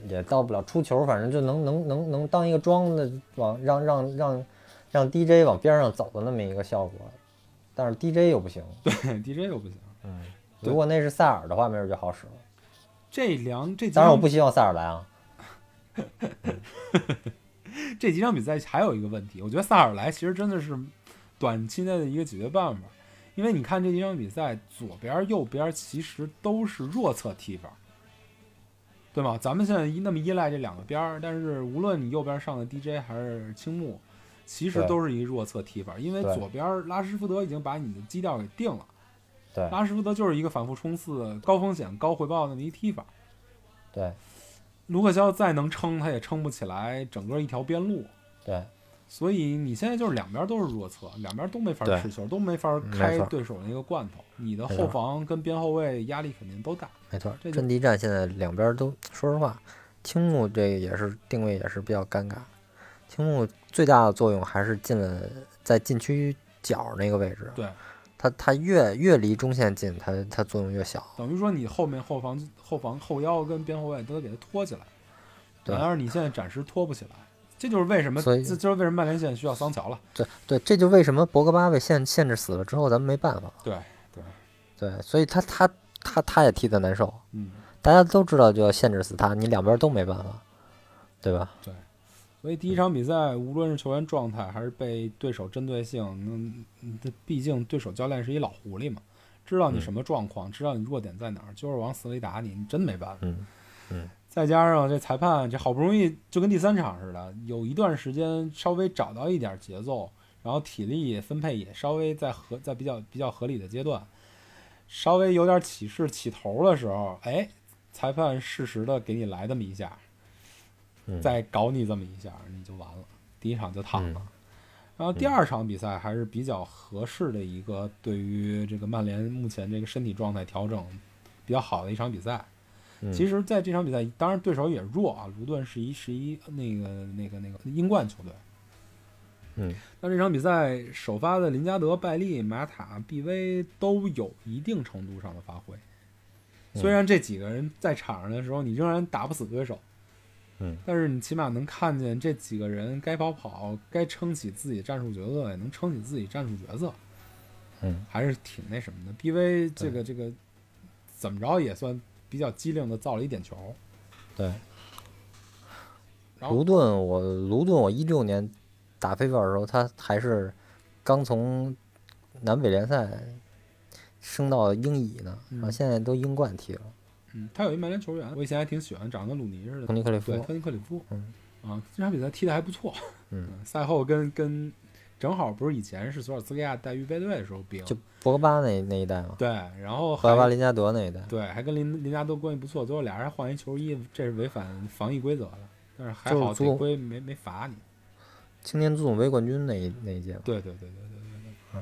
C: 也到不了出球，反正就能能能能当一个桩的往让让让让 DJ 往边上走的那么一个效果，但是 DJ 又不行。
B: DJ 又不行，
C: 嗯，
B: 对
C: 如果那是塞尔的话，没准就好使了。
B: 这两这几
C: 当然我
B: 场
C: 不希望塞尔来啊，
B: 这几场比赛还有一个问题，我觉得萨尔莱其实真的是短期内的一个解决办法，因为你看这几场比赛，左边右边其实都是弱侧踢法，对吗？咱们现在依那么依赖这两个边儿，但是无论你右边上的 DJ 还是青木，其实
C: 对
B: 都是一个弱侧踢法，因为
C: 对
B: 左边拉什福德已经把你的基调给定了，
C: 对
B: 拉什福德就是一个反复冲刺、高风险高回报的那么一踢法，
C: 对
B: 卢克肖再能撑，他也撑不起来整个一条边路。
C: 对
B: 所以你现在就是两边都是弱侧，两边都没法
C: 对
B: 持球，都没法
C: 没
B: 开
C: 错
B: 对手的那个罐头。你的
C: 没
B: 后
C: 错
B: 防跟边后卫压力肯定都大。
C: 没错，
B: 这就
C: 阵地战现在两边都说实话，青木这个也是定位也是比较尴尬。青木最大的作用还是进了在禁区角那个位置，
B: 对，
C: 他他越越离中线近，他他作用越小。
B: 等于说你后面后防后防后腰跟边后卫都得给他拖起来，
C: 对
B: 然而你现在暂时拖不起来，这就是为什么
C: 所
B: 这
C: 以
B: 就是为什么曼联现在需要桑乔了。
C: 对对，这就为什么博格巴被限限制死了之后，咱们没办法了。
B: 对
C: 对，所以他他他他也踢得难受，
B: 嗯，
C: 大家都知道就要限制死他，你两边都没办法，对吧？
B: 所以第一场比赛无论是球员状态还是被对手针对性，嗯，嗯这毕竟对手教练是一老狐狸嘛，知道你
C: 嗯
B: 什么状况，知道你弱点在哪儿，就是往死里打你，你真没办法。
C: 嗯，
B: 再加上这裁判，这好不容易就跟第三场似的，有一段时间稍微找到一点节奏，然后体力分配也稍微在合在比较比较合理的阶段，稍微有点起势起头的时候，哎，裁判适时的给你来这么一下，
C: 嗯
B: 再搞你这么一下，你就完了，第一场就躺了。
C: 嗯
B: 然后第二场比赛还是比较合适的一个对于这个曼联目前这个身体状态调整比较好的一场比赛。
C: 嗯
B: 其实，在这场比赛，当然对手也弱啊。卢顿是一是一那个那个那个英冠球队。
C: 嗯，
B: 但这场比赛首发的林加德、拜利、马塔、毕威都有一定程度上的发挥。
C: 嗯
B: 虽然这几个人在场上的时候，你仍然打不死对手，
C: 嗯，
B: 但是你起码能看见这几个人该跑跑，该撑起自己战术角色，也能撑起自己战术角色，
C: 嗯，
B: 还是挺那什么的。毕威这个这个怎么着也算比较机灵的造了一点球，
C: 对。
B: 然后
C: 卢顿我，卢顿，我一六年打飞尔的时候，他还是刚从南北联赛升到英乙呢，
B: 嗯
C: 然后现在都英冠踢了。
B: 嗯，他有一曼联球员，我以前还挺喜欢，长得跟鲁尼似的，
C: 托尼克利夫
B: 对，托尼克里夫，
C: 嗯，
B: 啊，这场比赛踢得还不错， <laughs> 啊
C: 嗯，
B: 赛后跟跟正好不是以前是索尔斯克亚带预备队的时候并，
C: 就博格巴那那一代嘛，
B: 对，然后
C: 博格巴、
B: 还
C: 林加德那一代。
B: 对还跟林林加多关系不错，最后俩人还换一球衣，这是违反防疫规则的，但是还
C: 就是
B: 好
C: 足
B: 这
C: 总
B: 规没没罚你，
C: 青年足总杯冠军那一那一届嘛，
B: 对对对对对对对。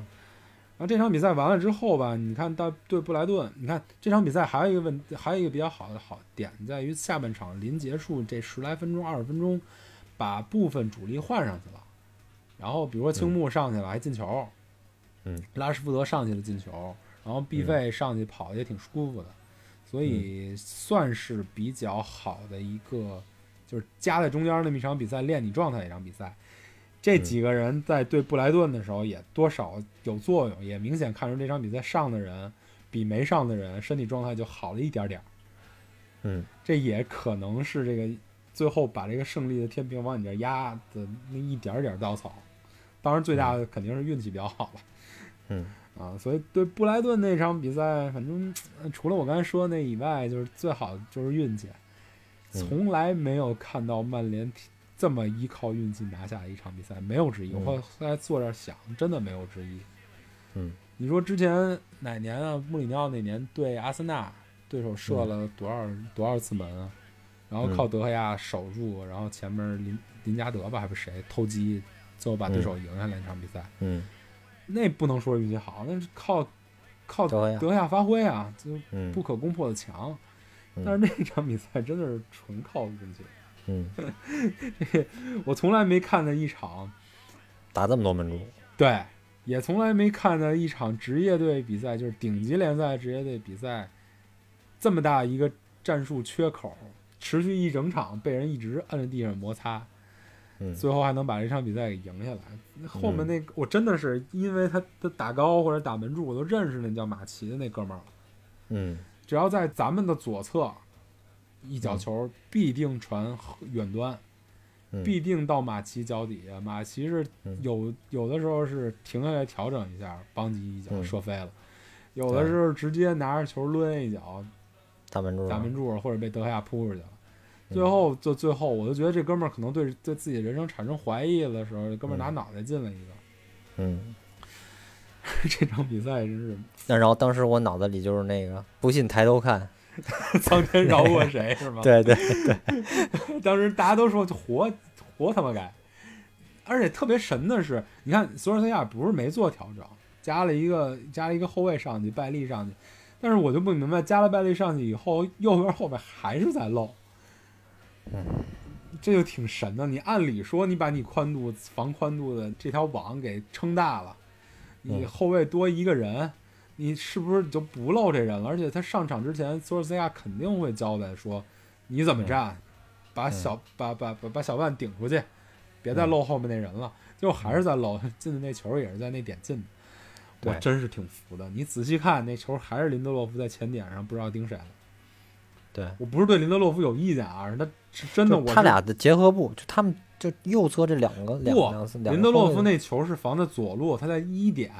B: 然后这场比赛完了之后吧，你看到对布莱顿，你看这场比赛还有一个问，还有一个比较好的好点在于下半场临结束这十来分钟、二十分钟，把部分主力换上去了，然后比如说青木上去了还进球，
C: 嗯，
B: 拉什福德上去了进球，然后毕费上去跑得也挺舒服的，所以算是比较好的一个，就是夹在中间那么一场比赛练你状态的一场比赛。这几个人在对布莱顿的时候也多少有作用，也明显看出这场比赛上的人比没上的人身体状态就好了一点点儿。
C: 嗯，
B: 这也可能是这个最后把这个胜利的天平往你这儿压的那一点儿点儿稻草。当然，最大的肯定是运气比较好了。
C: 嗯，
B: <laughs> 啊，所以对布莱顿那场比赛，反正呃除了我刚才说那以外，就是最好就是运气，
C: 嗯
B: 从来没有看到曼联踢这么依靠运气拿下一场比赛，没有之一。
C: 嗯
B: 我后来坐这儿想，真的没有之一。
C: 嗯，
B: 你说之前哪年啊？穆里尼奥哪年对阿森纳对手射了多少、多少次门啊？然后靠德赫亚守住，然后前面林林加德吧还是谁偷鸡，最后把对手赢下来一场比赛。
C: 嗯
B: 那不能说运气好，那是靠靠
C: 德赫亚
B: 德赫亚发挥啊，就
C: 嗯
B: 不可攻破的墙。
C: 嗯
B: 但是那场比赛真的是纯靠运气，
C: 嗯，
B: 我从来没看见一场，
C: 打这么多门柱，
B: 对，也从来没看见一场职业队比赛，就是顶级联赛职业队比赛，这么大一个战术缺口，持续一整场被人一直摁在地上摩擦，
C: 嗯
B: 最后还能把这场比赛给赢下来。后面那个、我真的是因为他他打高或者打门柱，我都认识那叫马奇的那哥们儿了。
C: 嗯
B: 只要在咱们的左侧，一脚球必定传远端，
C: 嗯
B: 必定到马奇脚底下。马奇是
C: 嗯
B: 有有的时候是停下来调整一下，邦吉一脚
C: 嗯
B: 射飞了；有的时候直接拿着球抡一脚
C: 打门柱，
B: 打门柱，或者被德赫亚扑出去了。
C: 嗯
B: 最后，就最后，我就觉得这哥们儿可能对对自己的人生产生怀疑的时候，这哥们儿拿
C: 嗯
B: 脑袋进了一个。 <laughs>
C: 嗯，
B: 这场比赛真是
C: 那然后当时我脑子里就是那个不信抬头看，
B: 啊苍天饶过谁，是吗？
C: 对对，
B: <laughs> 当时大家都说就活活他妈该，而且特别神的是，你看索尔斯克亚不是没做调整，加了一个加了一个后卫上去，拜利上去，但是我就不明白，加了拜利上去以后，右边后边还是在漏，
C: 嗯，
B: 这就挺神的。你按理说你把你宽度防宽度的这条网给撑大了，你
C: 嗯
B: 后卫多一个人。你是不是就不漏这人了？而且他上场之前，索尔斯克亚肯定会交代说，你
C: 嗯
B: 怎么站，把小、把把把把小万顶出去，别再漏后面那人了。最后还是在漏，进的那球也是在那点进的。嗯我
C: 对
B: 真是挺服的。你仔细看那球，还是林德洛夫在前点上不知道盯谁了。
C: 对，
B: 我不是对林德洛夫有意见啊，是他是真的
C: 就
B: 我是
C: 他俩的结合部，就他们就右侧这两个两
B: 不
C: 两次两个
B: 林德洛
C: 后
B: 夫
C: 卫
B: 那球是防的左路，他在一点，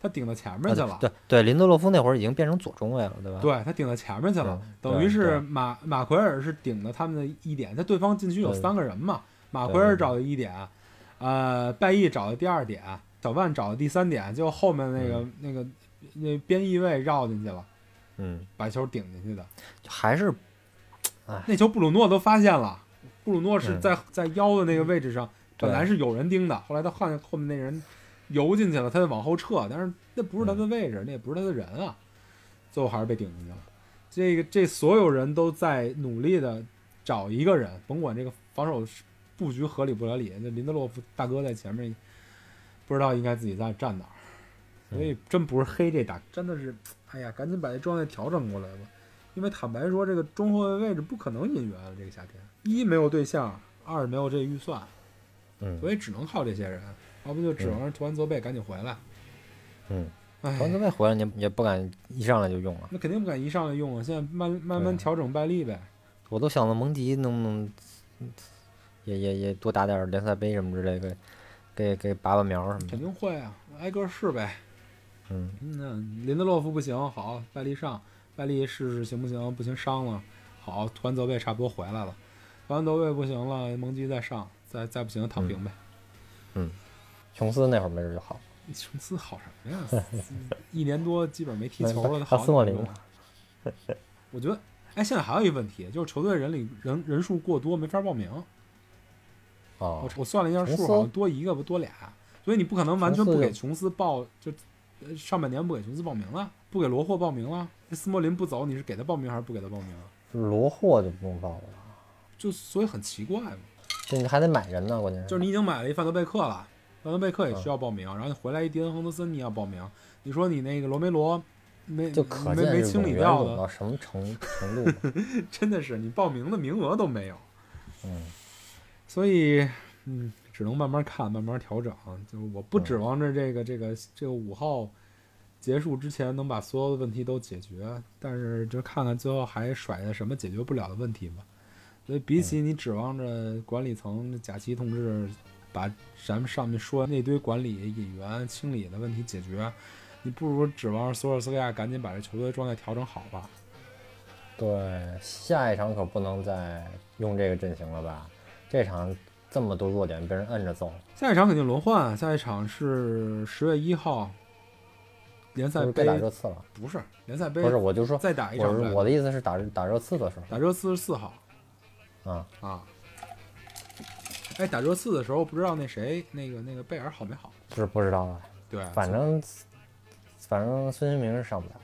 B: 他顶到前面去了。
C: 啊对对对，林德洛夫那会儿已经变成左中卫了，对吧？
B: 对他顶到前面去了，
C: 嗯
B: 等于是
C: 对对
B: 马马奎尔是顶了他们的一点，他对方禁区有
C: 对
B: 三个人嘛，马
C: 对
B: 奎尔
C: 对对
B: 找的一点，呃，拜义找的第二点，小万找的第三点，就后面那个、那个那边翼位绕进去了，
C: 嗯，
B: 把球顶进去的。
C: 还是
B: 那球布鲁诺都发现了，布鲁诺是
C: 嗯
B: 在、在腰的那个位置上，
C: 对
B: 本来是有人盯的，后来他看见后面那人游进去了，他就往后撤，但是那不是他的位置，那也不是他的人啊，最后还是被顶进去了。这个这所有人都在努力的找一个人，甭管这个防守布局合理不合理，那林德洛夫大哥在前面不知道应该自己在站哪儿，所以真不是黑这打，真的是，哎呀，赶紧把这状态调整过来吧。因为坦白说，这个中后卫位置不可能引援了，这个夏天一没有对象，二没有这预算，
C: 嗯
B: 所以只能靠这些人，要不就指望着图安泽贝赶紧回来。
C: 嗯，王
B: 哎，
C: 德卫回来你也不敢一上来就用了，
B: 那肯定不敢一上来用啊，现在慢慢慢
C: 对啊
B: 调整拜利呗。
C: 我都想着蒙迪能不能也也也多打点儿联赛杯什么之类的，给给拔拔苗什么
B: 肯
C: 的。
B: 定会啊，挨个试呗。
C: 嗯
B: 那林德洛夫不行，好，拜利上，拜利试试行不行？不行伤了，好，图安泽贝差不多回来了，图安泽贝不行了，蒙基再上，再再不行躺平呗。
C: 嗯，琼斯那会儿没准就好。
B: <laughs> 琼斯好什么呀？ <laughs> 一年多基本没踢球了，他
C: 那他
B: 好
C: 斯莫
B: 点儿
C: 林
B: 了我觉得，哎，现在还有一问题，就是球队人里人人数过多，没法报名。
C: 哦啊
B: 我，我算了一下数，
C: 琼斯
B: 好像多一个不多俩，所以你不可能完全
C: 琼斯
B: 不给
C: 就
B: 琼斯报，就呃上半年不给琼斯报名了，不给罗霍报名了。这斯莫林不走，你是给他报名还是不给他报名啊？
C: 罗霍就不用报了，
B: 就所以很奇怪嘛，
C: 这你还得买人呢，关键是。
B: 就是你已经买了一范德贝克了，范德贝克也
C: 嗯
B: 需要报名，然后你回来一迪恩亨德森你也要报名，你说你那个罗梅罗没
C: 就可
B: 没
C: 见
B: 没
C: 是
B: 清
C: 冗
B: 理
C: 员
B: 掉
C: 冗
B: 的，
C: 到什么程程度了。
B: <laughs> 真的是你报名的名额都没有，
C: 嗯
B: 所以嗯，只能慢慢看，慢慢调整。就是我
C: 嗯
B: 不指望着这个这个这个五号结束之前能把所有的问题都解决，但是就看看最后还甩下什么解决不了的问题吧。所以比起
C: 嗯
B: 你指望着管理层贾奇同志把咱们上面说那堆管理引援清理的问题解决，你不如指望着索尔斯克亚赶紧把这球队状态调整好吧。
C: 对，下一场可不能再用这个阵型了吧？这场这么多弱点被人摁着走，
B: 下一场肯定轮换，下一场是十月一号联
C: 就
B: 赛
C: 是
B: 杯
C: 被，打热刺了。
B: 不是联赛杯
C: 不，是，我就说，
B: 再打一
C: 我
B: 场
C: 是
B: 呗
C: 我的意思是打打热刺的时
B: 打热刺是四号
C: 候啊，
B: 啊。哎，打热刺的时候不知道那谁那个那个贝尔好没好？
C: 不是不知道啊，
B: 对，
C: 反正反正孙兴民是上不了。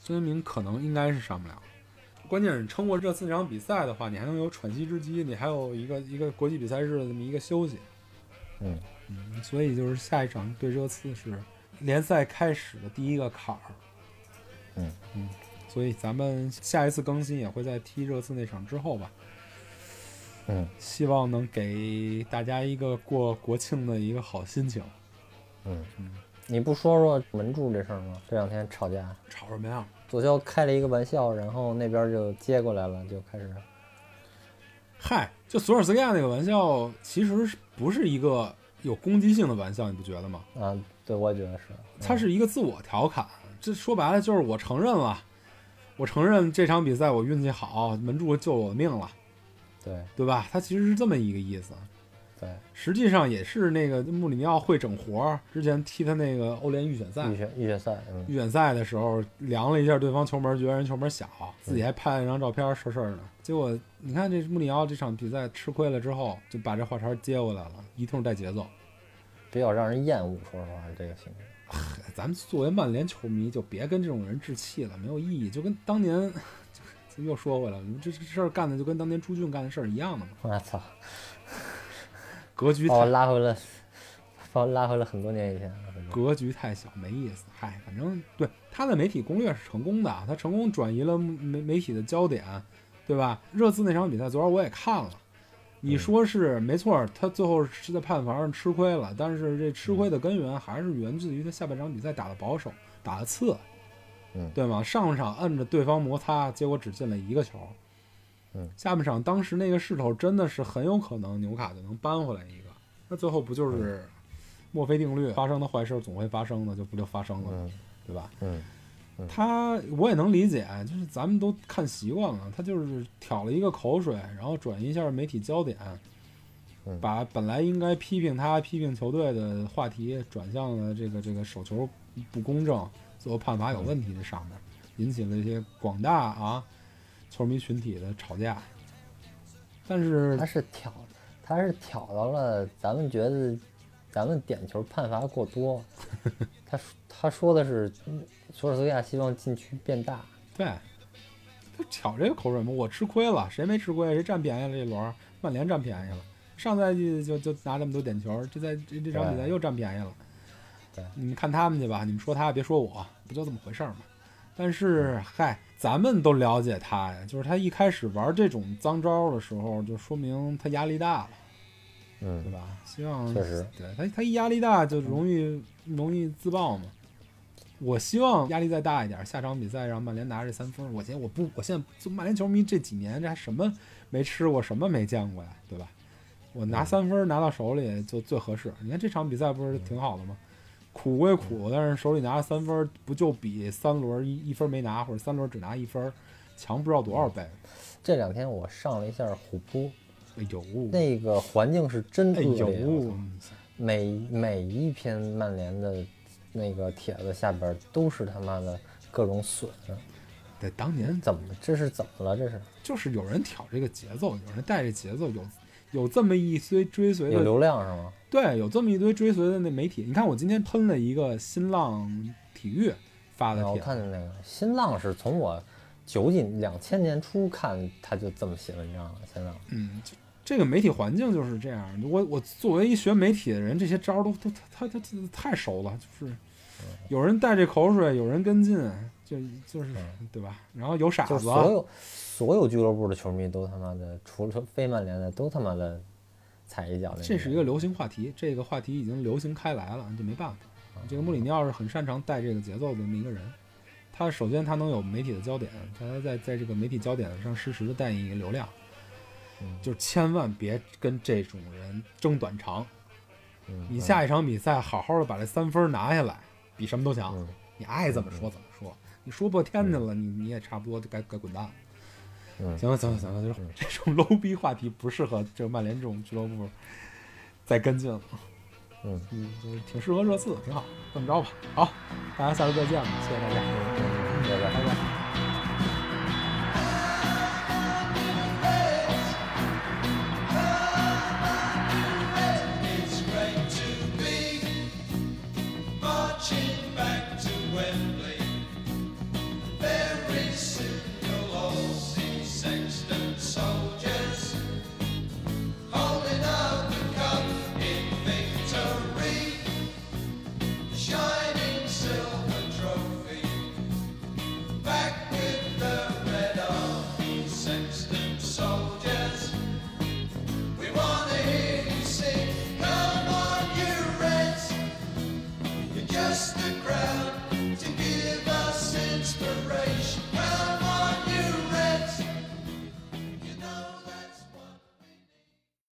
B: 孙兴民可能应该是上不了。关键是你撑过这四场比赛的话，你还能有喘息之机，你还有一个一个国际比赛日的这么一个休息。
C: 嗯
B: 嗯，所以就是下一场对热刺是联赛开始的第一个坎儿。
C: 嗯
B: 嗯，所以咱们下一次更新也会在踢热刺那场之后吧，
C: 嗯
B: 希望能给大家一个过国庆的一个好心情。
C: 嗯，你不说说门柱这事儿吗？这两天吵架，
B: 吵什么呀？
C: 左骁开了一个玩笑，然后那边就接过来了，就开始
B: 嗨，就索尔斯克亚那个玩笑，其实是不是一个有攻击性的玩笑，你不觉得吗？
C: 啊，对我也觉得是，
B: 它是一个自我调侃，这说白了就是我承认了，我承认这场比赛我运气好，门柱救我命了，
C: 嗯对
B: 对吧？它其实是这么一个意思。
C: 对
B: 实际上也是那个穆里尼奥会整活儿，之前踢他那个欧联预选赛
C: 预，选预选赛，嗯
B: 预选赛的时候量了一下对方球门，觉得人球门小，自己还拍了一张照片事事儿呢。结果你看这穆里尼奥这场比赛吃亏了之后，就把这话茬接过来了，一通带节奏。
C: 比较让人厌恶，说实话这个行为。
B: 咱们作为曼联球迷，就别跟这种人置气了，没有意义。就跟当年， <laughs> 就又说回来了，这这事儿干的就跟当年朱俊干的事儿一样的嘛，
C: 我操，
B: 格局
C: 把我
B: 太
C: 拉回了， <laughs> 把我拉回了很多年以前。
B: 格局太小，没意思。嗨，反正对他的媒体攻略是成功的，他成功转移了媒媒体的焦点，对吧？热刺那场比赛，昨儿我也看了。
C: 嗯
B: 你说是没错，他最后是在判罚上吃亏了，但是这吃亏的根源还是源自于他下半场比赛打的保守，打的次，
C: 嗯
B: 对吗？上半场摁着对方摩擦，结果只进了一个球，
C: 嗯，
B: 下半场当时那个势头真的是很有可能纽卡就能扳回来一个，那最后不
C: 嗯
B: 就是墨菲定律，发生的坏事总会发生的，就不就发生了，
C: 嗯
B: 对吧？
C: 嗯，
B: 他我也能理解，就是咱们都看习惯了，他就是挑了一个口水，然后转移一下媒体焦点，
C: 嗯
B: 把本来应该批评他、批评球队的话题转向了这个这个手球不公正、最后判罚有问题的上面，引起了一些广大啊球迷群体的吵架。但是
C: 他是挑，他是挑到了咱们觉得咱们点球判罚过多。他说他说的是嗯索尔斯克亚希望禁区变大，
B: 对，他挑这个口水嘛，我吃亏了，谁没吃亏？谁占便宜了这一轮儿？曼联占便宜了，上赛季就就拿这么多点球，这赛这这场比赛
C: 对
B: 又占便宜了
C: 对。
B: 你们看他们去吧，你们说他别说我，不就这么回事儿吗？但
C: 嗯
B: 是嗨，咱们都了解他呀，就是他一开始玩这种脏招的时候，就说明他压力大了，对
C: 嗯，
B: 吧？希望
C: 确实，
B: 对他，他一压力大就容易容易自爆嘛。我希望压力再大一点，下场比赛让曼联拿这三分。我现在我不，我现在就曼联球迷这几年这还什么没吃过，什么没见过呀，对吧？我拿三分拿到手里就最合适。你看这场比赛不是挺好的吗？苦归苦，但是手里拿着三分，不就比三轮一一分没拿或者三轮只拿一分强不知道多少倍？
C: 这两天我上了一下虎扑，
B: 哎呦，
C: 那个环境是真
B: 哎
C: 恶
B: 呦，
C: 劣。我操
B: 嗯
C: 每每一篇曼联的那个帖子下边儿都是他妈的各种损，
B: 对，当年
C: 怎么这是怎么了？这是
B: 就是有人挑这个节奏，有人带着节奏，有有这么一堆追随
C: 有
B: 的，
C: 流量是吗？
B: 对，有这么一堆追随的那媒体。你看我今天喷了一个新浪体育发的
C: 然后哎我
B: 帖，
C: 看见那个新浪是从我九几两千年初看他就这么写文章了，新浪
B: 嗯，就这个媒体环境就是这样。我我作为一学媒体的人，这些招儿都都他他他太熟了，就是
C: 嗯
B: 有人带这口水，有人跟进，就就是对吧？然后有傻
C: 嗯就是
B: 子，啊
C: 所有所有俱乐部的球迷都他妈的，除了非曼联的都他妈的踩一脚那种。
B: 这是一个流行话题，这个话题已经流行开来了，就没办法。
C: 嗯
B: 这个穆里尼奥是很擅长带这个节奏的这么一个人。他首先他能有媒体的焦点，他在在这个媒体焦点上适时的带引流量，
C: 嗯
B: 就千万别跟这种人争短长。
C: 嗯
B: 你下一场比赛好好的把这三分拿下来，比什么都强。
C: 嗯
B: 你爱怎么说怎么说，你说破天去了，你你也差不多就该该滚蛋了。
C: 嗯
B: 行了行了行了，这种这种 low 逼话题不适合这个曼联这种俱乐部再跟进了。
C: 嗯
B: 嗯，就是挺适合热刺的，挺好。这么着吧，好，大家下周再见吧，谢谢大家，
C: 嗯，拜拜
B: 拜。拜。